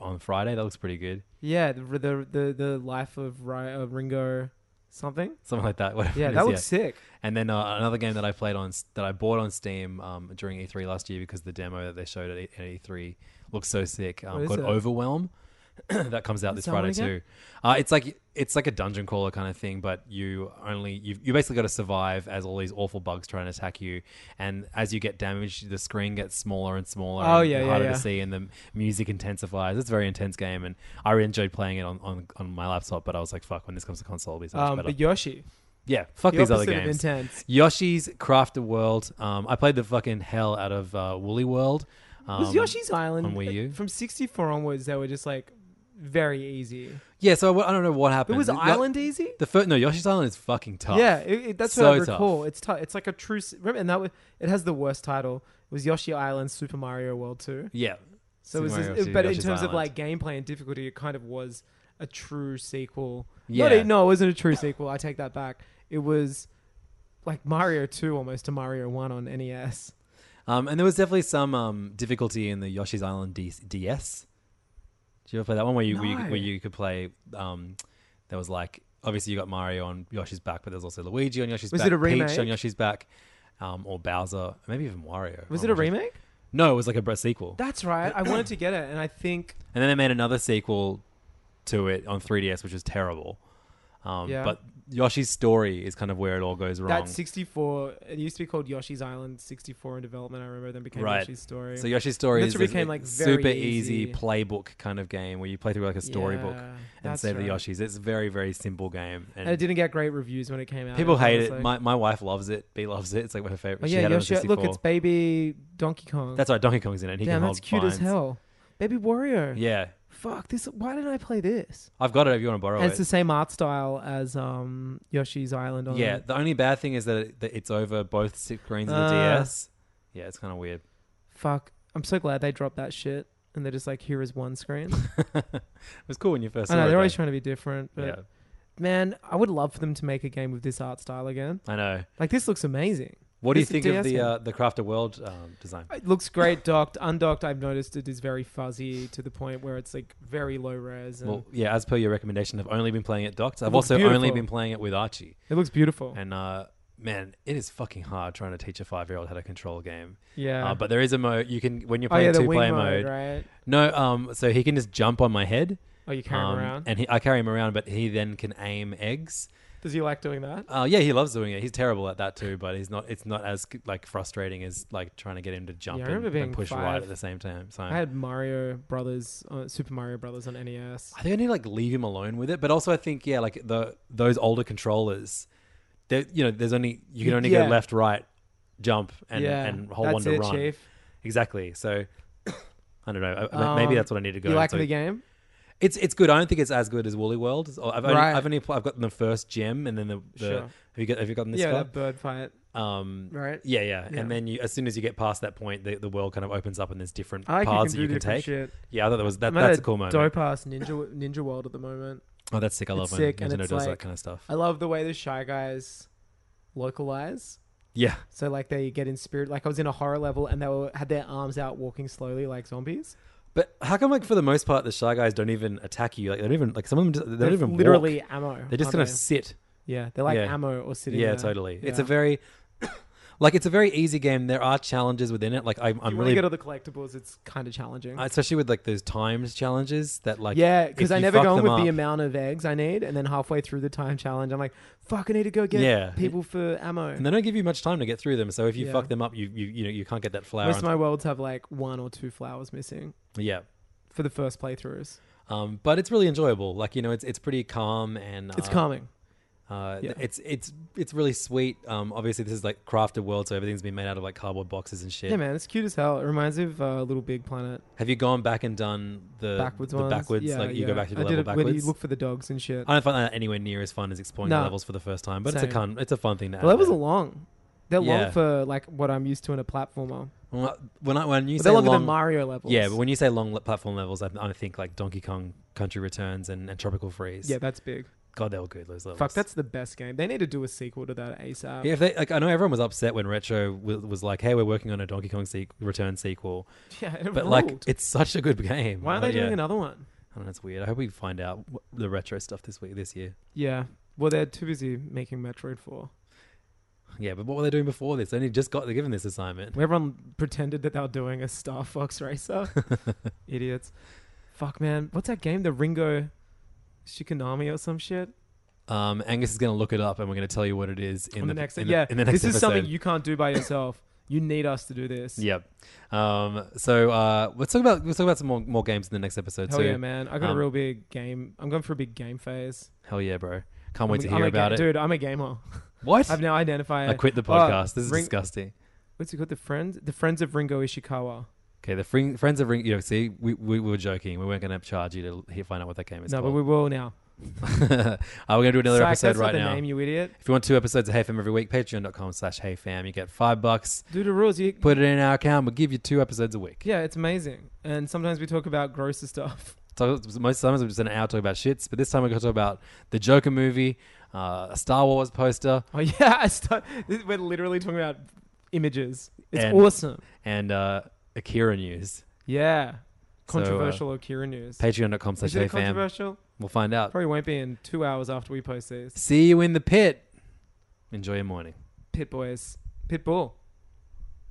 Speaker 6: on Friday. That looks pretty good.
Speaker 7: Yeah, the the the, the life of Ri- uh, Ringo, something.
Speaker 6: Something like that. Whatever
Speaker 7: Yeah,
Speaker 6: it
Speaker 7: that
Speaker 6: is,
Speaker 7: looks sick.
Speaker 6: And then uh, another game that I played on that I bought on Steam um, during E3 last year because the demo that they showed at, E- at E3 looks so sick.
Speaker 7: What
Speaker 6: Um,
Speaker 7: is
Speaker 6: called
Speaker 7: it?
Speaker 6: Overwhelm. that comes out this
Speaker 7: that one
Speaker 6: Friday too.
Speaker 7: again?
Speaker 6: Uh, it's like it's like a dungeon crawler kind of thing, but you only you you basically got to survive as all these awful bugs try and attack you. And as you get damaged, the screen gets smaller and smaller.
Speaker 7: Oh,
Speaker 6: and
Speaker 7: yeah, yeah,
Speaker 6: harder
Speaker 7: yeah.
Speaker 6: to see, and the music intensifies. It's a very intense game, and I really enjoyed playing it on, on, on my laptop. But I was like, fuck, when this comes to console, it'll be so much
Speaker 7: Um,
Speaker 6: better.
Speaker 7: but Yoshi,
Speaker 6: Yeah, fuck
Speaker 7: The
Speaker 6: these other
Speaker 7: opposite of
Speaker 6: games.
Speaker 7: intense.
Speaker 6: Yoshi's Crafted World. Um, I played the fucking hell out of uh, Woolly World. Um,
Speaker 7: was Yoshi's Island uh,
Speaker 6: on Wii U?
Speaker 7: from sixty four onwards? They were just like very easy.
Speaker 6: Yeah, so I, w- I don't know what happened.
Speaker 7: was
Speaker 6: The-
Speaker 7: Island easy?
Speaker 6: The first no, Yoshi's Island is fucking tough.
Speaker 7: Yeah, it, it- that's
Speaker 6: so
Speaker 7: what I
Speaker 6: tough.
Speaker 7: recall. It's tough. It's like a true. s- Remember, and that was, it has the worst title. It was Yoshi Island Super Mario World Two.
Speaker 6: Yeah.
Speaker 7: So it was
Speaker 6: Super
Speaker 7: this,
Speaker 6: Mario Yoshi-
Speaker 7: but in
Speaker 6: Yoshi's
Speaker 7: terms of
Speaker 6: Island.
Speaker 7: like gameplay and difficulty, it kind of was a true sequel.
Speaker 6: Yeah.
Speaker 7: Not a- no, it wasn't a true sequel. I take that back. It was like Mario Two almost to Mario One on E NES.
Speaker 6: um, and there was definitely some um, difficulty in the Yoshi's Island D- DS. Did you ever play that one where you where you,
Speaker 7: No.
Speaker 6: where you could play? Um, there was like obviously you got Mario on Yoshi's back, but there's also Luigi on Yoshi's
Speaker 7: Was
Speaker 6: back,
Speaker 7: it a
Speaker 6: Peach
Speaker 7: remake?
Speaker 6: on Yoshi's back, um, or Bowser, maybe even Wario.
Speaker 7: Was
Speaker 6: on
Speaker 7: it a
Speaker 6: Yoshi's-
Speaker 7: remake?
Speaker 6: No, it was like a br- sequel.
Speaker 7: Oh That's right. I wanted to get it, and I think
Speaker 6: And then they made another sequel to it on 3DS, which is terrible. Um,
Speaker 7: Yeah.
Speaker 6: But Yoshi's story is kind of where it all goes wrong.
Speaker 7: that 64. It used to be called Yoshi's Island 64 in development. I remember then became
Speaker 6: right.
Speaker 7: Yoshi's Story.
Speaker 6: So Yoshi's story
Speaker 7: That's
Speaker 6: is
Speaker 7: what
Speaker 6: this
Speaker 7: became, like, very
Speaker 6: super easy
Speaker 7: easy.
Speaker 6: playbook kind of game where you play through like a storybook
Speaker 7: Yeah,
Speaker 6: and
Speaker 7: that's
Speaker 6: save the
Speaker 7: right.
Speaker 6: Yoshis. It's a very very simple game, and,
Speaker 7: and it didn't get great reviews when it came out.
Speaker 6: people
Speaker 7: Everyone
Speaker 6: hate
Speaker 7: was
Speaker 6: it.
Speaker 7: like-
Speaker 6: my my wife loves it. B loves it. It's like her favorite.
Speaker 7: Oh
Speaker 6: she
Speaker 7: yeah,
Speaker 6: had
Speaker 7: Yoshi.
Speaker 6: it on
Speaker 7: Look, it's
Speaker 6: 64.
Speaker 7: baby Donkey Kong.
Speaker 6: That's right. Donkey Kong's in it. And he
Speaker 7: Damn,
Speaker 6: can hold
Speaker 7: that's cute as
Speaker 6: vines.
Speaker 7: hell. Baby Wario.
Speaker 6: Yeah,
Speaker 7: Fuck this. Why didn't I play this?
Speaker 6: I've got it. If you want to borrow
Speaker 7: And
Speaker 6: it,
Speaker 7: it's the same art style as um, Yoshi's Island. On
Speaker 6: Yeah,
Speaker 7: it.
Speaker 6: the only bad thing is that, it, that it's over both screens of
Speaker 7: Ah.
Speaker 6: the DS. Yeah, it's kind of weird.
Speaker 7: Fuck. I'm so glad they dropped that shit. And they're just like, here is one screen.
Speaker 6: it was cool when you first.
Speaker 7: I know
Speaker 6: saw it,
Speaker 7: they're always
Speaker 6: though.
Speaker 7: trying to be different, but
Speaker 6: Yeah,
Speaker 7: man, I would love for them to make a game with this art style again.
Speaker 6: I know.
Speaker 7: Like this looks amazing.
Speaker 6: What do you
Speaker 7: This
Speaker 6: think of
Speaker 7: DS
Speaker 6: the
Speaker 7: game.
Speaker 6: uh, the Crafter World um, design?
Speaker 7: It looks great, docked, undocked. I've noticed it is very fuzzy to the point where it's like very low res. And
Speaker 6: Well, yeah, as per your recommendation, I've only been playing it docked. I've
Speaker 7: looks
Speaker 6: also only
Speaker 7: beautiful.
Speaker 6: been playing it with Archie,
Speaker 7: it looks beautiful.
Speaker 6: and uh, man, it is fucking hard trying to teach a five year old how to control a game.
Speaker 7: Yeah.
Speaker 6: uh, but there is a mode you can when you're
Speaker 7: oh
Speaker 6: playing
Speaker 7: yeah, the
Speaker 6: two
Speaker 7: wing
Speaker 6: player
Speaker 7: mode,
Speaker 6: mode.
Speaker 7: right?
Speaker 6: No, um, so he can just jump on my head.
Speaker 7: Oh, you carry him
Speaker 6: um,
Speaker 7: around?
Speaker 6: and he, I carry him around, but he then can aim eggs.
Speaker 7: Does he like doing that?
Speaker 6: Uh, yeah, he loves doing it. He's terrible at that too, but he's not. It's not as like frustrating as like trying to get him to jump
Speaker 7: Yeah, I
Speaker 6: and,
Speaker 7: remember
Speaker 6: and
Speaker 7: being
Speaker 6: push right
Speaker 7: five.
Speaker 6: at the same time. So
Speaker 7: I had Mario Brothers, uh, Super Mario Brothers on E NES.
Speaker 6: I think I need to like leave him alone with it. But also, I think yeah, like the those older controllers, they you know, there's only you can only
Speaker 7: Yeah.
Speaker 6: go left, right, jump, and
Speaker 7: yeah,
Speaker 6: and whole
Speaker 7: that's
Speaker 6: one to
Speaker 7: it,
Speaker 6: run.
Speaker 7: Chief.
Speaker 6: Exactly. So I don't know. I- I- Maybe
Speaker 7: Um,
Speaker 6: that's what I need to go.
Speaker 7: You like
Speaker 6: into.
Speaker 7: the game?
Speaker 6: It's it's good. I don't think it's as good as Woolly World. It's- I've only,
Speaker 7: Right.
Speaker 6: I've only pl- I've gotten the first gem, and then the, the
Speaker 7: Sure.
Speaker 6: have you got have you gotten this
Speaker 7: Yeah,
Speaker 6: far?
Speaker 7: that bird fight.
Speaker 6: Um,
Speaker 7: Right?
Speaker 6: Yeah, yeah,
Speaker 7: Yeah.
Speaker 6: And then you, as soon as you get past that point, the, the world kind of opens up and there's different
Speaker 7: I like you
Speaker 6: paths
Speaker 7: can
Speaker 6: that you
Speaker 7: do
Speaker 6: can
Speaker 7: different
Speaker 6: take.
Speaker 7: shit.
Speaker 6: Yeah, I thought that was that,
Speaker 7: I'm at
Speaker 6: that's a cool moment.
Speaker 7: Dope ass Ninja Ninja World at the moment.
Speaker 6: Oh, that's sick. I love
Speaker 7: It's
Speaker 6: when
Speaker 7: sick, and
Speaker 6: Nintendo
Speaker 7: it's
Speaker 6: does
Speaker 7: like
Speaker 6: that kind of stuff.
Speaker 7: I love the way the Shy Guys localize.
Speaker 6: yeah,
Speaker 7: So like they get in spirit. Like I was in a horror level and they were had their arms out walking slowly like zombies.
Speaker 6: but how come like for the most part the shy guys don't even attack you? Like they don't even like some of them just, they don't even walk.
Speaker 7: literally ammo.
Speaker 6: They just
Speaker 7: aren't
Speaker 6: kind of
Speaker 7: they?
Speaker 6: sit.
Speaker 7: yeah. They're like
Speaker 6: yeah.
Speaker 7: ammo or sitting.
Speaker 6: Yeah,
Speaker 7: there.
Speaker 6: totally. It's a
Speaker 7: Yeah.
Speaker 6: very. Like it's a very easy game. There are challenges within it. Like I'm, I'm really
Speaker 7: you really good at the collectibles. It's kind of challenging.
Speaker 6: especially with like those times challenges that like
Speaker 7: yeah, because
Speaker 6: if
Speaker 7: I
Speaker 6: you
Speaker 7: never
Speaker 6: fuck
Speaker 7: go on
Speaker 6: them
Speaker 7: with
Speaker 6: up-
Speaker 7: the amount of eggs I need, and then halfway through the time challenge, I'm like, "Fuck, I need to go get
Speaker 6: Yeah.
Speaker 7: people for ammo."
Speaker 6: and they don't give you much time to get through them. So if you
Speaker 7: Yeah.
Speaker 6: fuck them up, you you you know you can't get that flower.
Speaker 7: Most of
Speaker 6: onto-
Speaker 7: my worlds have like one or two flowers missing
Speaker 6: yeah.
Speaker 7: for the first playthroughs.
Speaker 6: Um, but it's really enjoyable. Like you know, it's it's pretty calm and uh,
Speaker 7: It's calming.
Speaker 6: Uh,
Speaker 7: Yeah.
Speaker 6: th- It's it's it's really sweet. Um, obviously, this is like crafted world, so everything's been made out of like cardboard boxes and shit.
Speaker 7: Yeah, man, it's cute as hell. It reminds me of uh, Little Big Planet
Speaker 6: Have you gone back and done the
Speaker 7: backwards
Speaker 6: the
Speaker 7: ones.
Speaker 6: backwards,
Speaker 7: Yeah,
Speaker 6: like you go
Speaker 7: yeah.
Speaker 6: back to the
Speaker 7: I
Speaker 6: level
Speaker 7: did it Where you
Speaker 6: backwards?
Speaker 7: look for the dogs and shit.
Speaker 6: I don't find that anywhere near as fun as exploring the
Speaker 7: No.
Speaker 6: levels for the first time, but it's
Speaker 7: Same.
Speaker 6: a con- it's a fun thing to
Speaker 7: The
Speaker 6: add
Speaker 7: levels
Speaker 6: there.
Speaker 7: are long. They're
Speaker 6: uh, Yeah.
Speaker 7: long for like what I'm used to in a platformer.
Speaker 6: When I- when I when you
Speaker 7: But
Speaker 6: say
Speaker 7: they're longer
Speaker 6: long,
Speaker 7: than Mario levels.
Speaker 6: yeah, but when you say long le- platform levels, I, I think like Donkey Kong Country Returns and, and Tropical Freeze.
Speaker 7: Yeah, that's big.
Speaker 6: God, they were good those levels.
Speaker 7: Fuck, that's the best game. They need to do a sequel to that ASAP.
Speaker 6: Yeah, if they like, I know everyone was upset when Retro was, was like, "Hey, we're working on a Donkey Kong sequ- Return sequel,"
Speaker 7: Yeah, it
Speaker 6: but like,
Speaker 7: ruled.
Speaker 6: it's such a good game.
Speaker 7: Why aren't
Speaker 6: Like,
Speaker 7: they doing
Speaker 6: yeah.
Speaker 7: another one?
Speaker 6: I don't know, it's weird. I hope we find out wh- the retro stuff this week, this year.
Speaker 7: Yeah. Well, they're too busy making Metroid 4.
Speaker 6: Yeah, but what were they doing before this? They only just got given this assignment.
Speaker 7: Everyone pretended that they were doing a Star Fox racer. Idiots. Fuck, man. What's that game? The Ringo Shikanami or some shit?
Speaker 6: Um, Angus is going to look it up, and we're going to tell you what it is in
Speaker 7: On the, next,
Speaker 6: in
Speaker 7: yeah.
Speaker 6: in the next
Speaker 7: this is something
Speaker 6: episode.
Speaker 7: you can't do by yourself. you need us to do this.
Speaker 6: Yep. Um, so uh, let's talk about let's talk about some more, more games in the next episode.
Speaker 7: Hell
Speaker 6: too.
Speaker 7: yeah, man. I got
Speaker 6: Um,
Speaker 7: a real big game. I'm going for a big game phase.
Speaker 6: Hell yeah, bro! Can't wait
Speaker 7: I'm
Speaker 6: to
Speaker 7: a- I'm
Speaker 6: hear
Speaker 7: a
Speaker 6: about
Speaker 7: ga-
Speaker 6: it.
Speaker 7: Dude, I'm a gamer.
Speaker 6: What?
Speaker 7: I've now identified.
Speaker 6: I quit the
Speaker 7: Oh,
Speaker 6: podcast. this is
Speaker 7: Ring-
Speaker 6: disgusting.
Speaker 7: What's it called? The Friends? The Friends of Ringo Ishikawa.
Speaker 6: Okay, the fring- friends of Ring. You know, see, we, we, we were joking. We weren't going to charge you to he- find out what that game is.
Speaker 7: no, but
Speaker 6: called.
Speaker 7: we will now.
Speaker 6: uh, we're going to do another
Speaker 7: Psych,
Speaker 6: episode
Speaker 7: that's not
Speaker 6: right
Speaker 7: the
Speaker 6: now.
Speaker 7: name, you idiot.
Speaker 6: If you want two episodes of Hey Fam every week, patreon.com slash Hey Fam. You get five bucks.
Speaker 7: Do the rules. You,
Speaker 6: Put it in our account. We'll give you two episodes a week.
Speaker 7: yeah, it's amazing. And sometimes we talk about grosser stuff.
Speaker 6: So most times we spend an hour talking about shits, but this time we're going to talk about the Joker movie, uh, a Star Wars poster,
Speaker 7: Oh yeah, I start, we're literally talking about images. It's
Speaker 6: And-
Speaker 7: awesome.
Speaker 6: and uh, Akira news.
Speaker 7: Yeah,
Speaker 6: So, uh,
Speaker 7: controversial Okira news.
Speaker 6: Patreon.com slash
Speaker 7: Is
Speaker 6: Hey
Speaker 7: it
Speaker 6: Fam.
Speaker 7: controversial?
Speaker 6: We'll find out.
Speaker 7: Probably won't be in two hours after we post these.
Speaker 6: See you in the pit. Enjoy your morning.
Speaker 7: Pit boys, pit bull.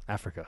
Speaker 6: Africa.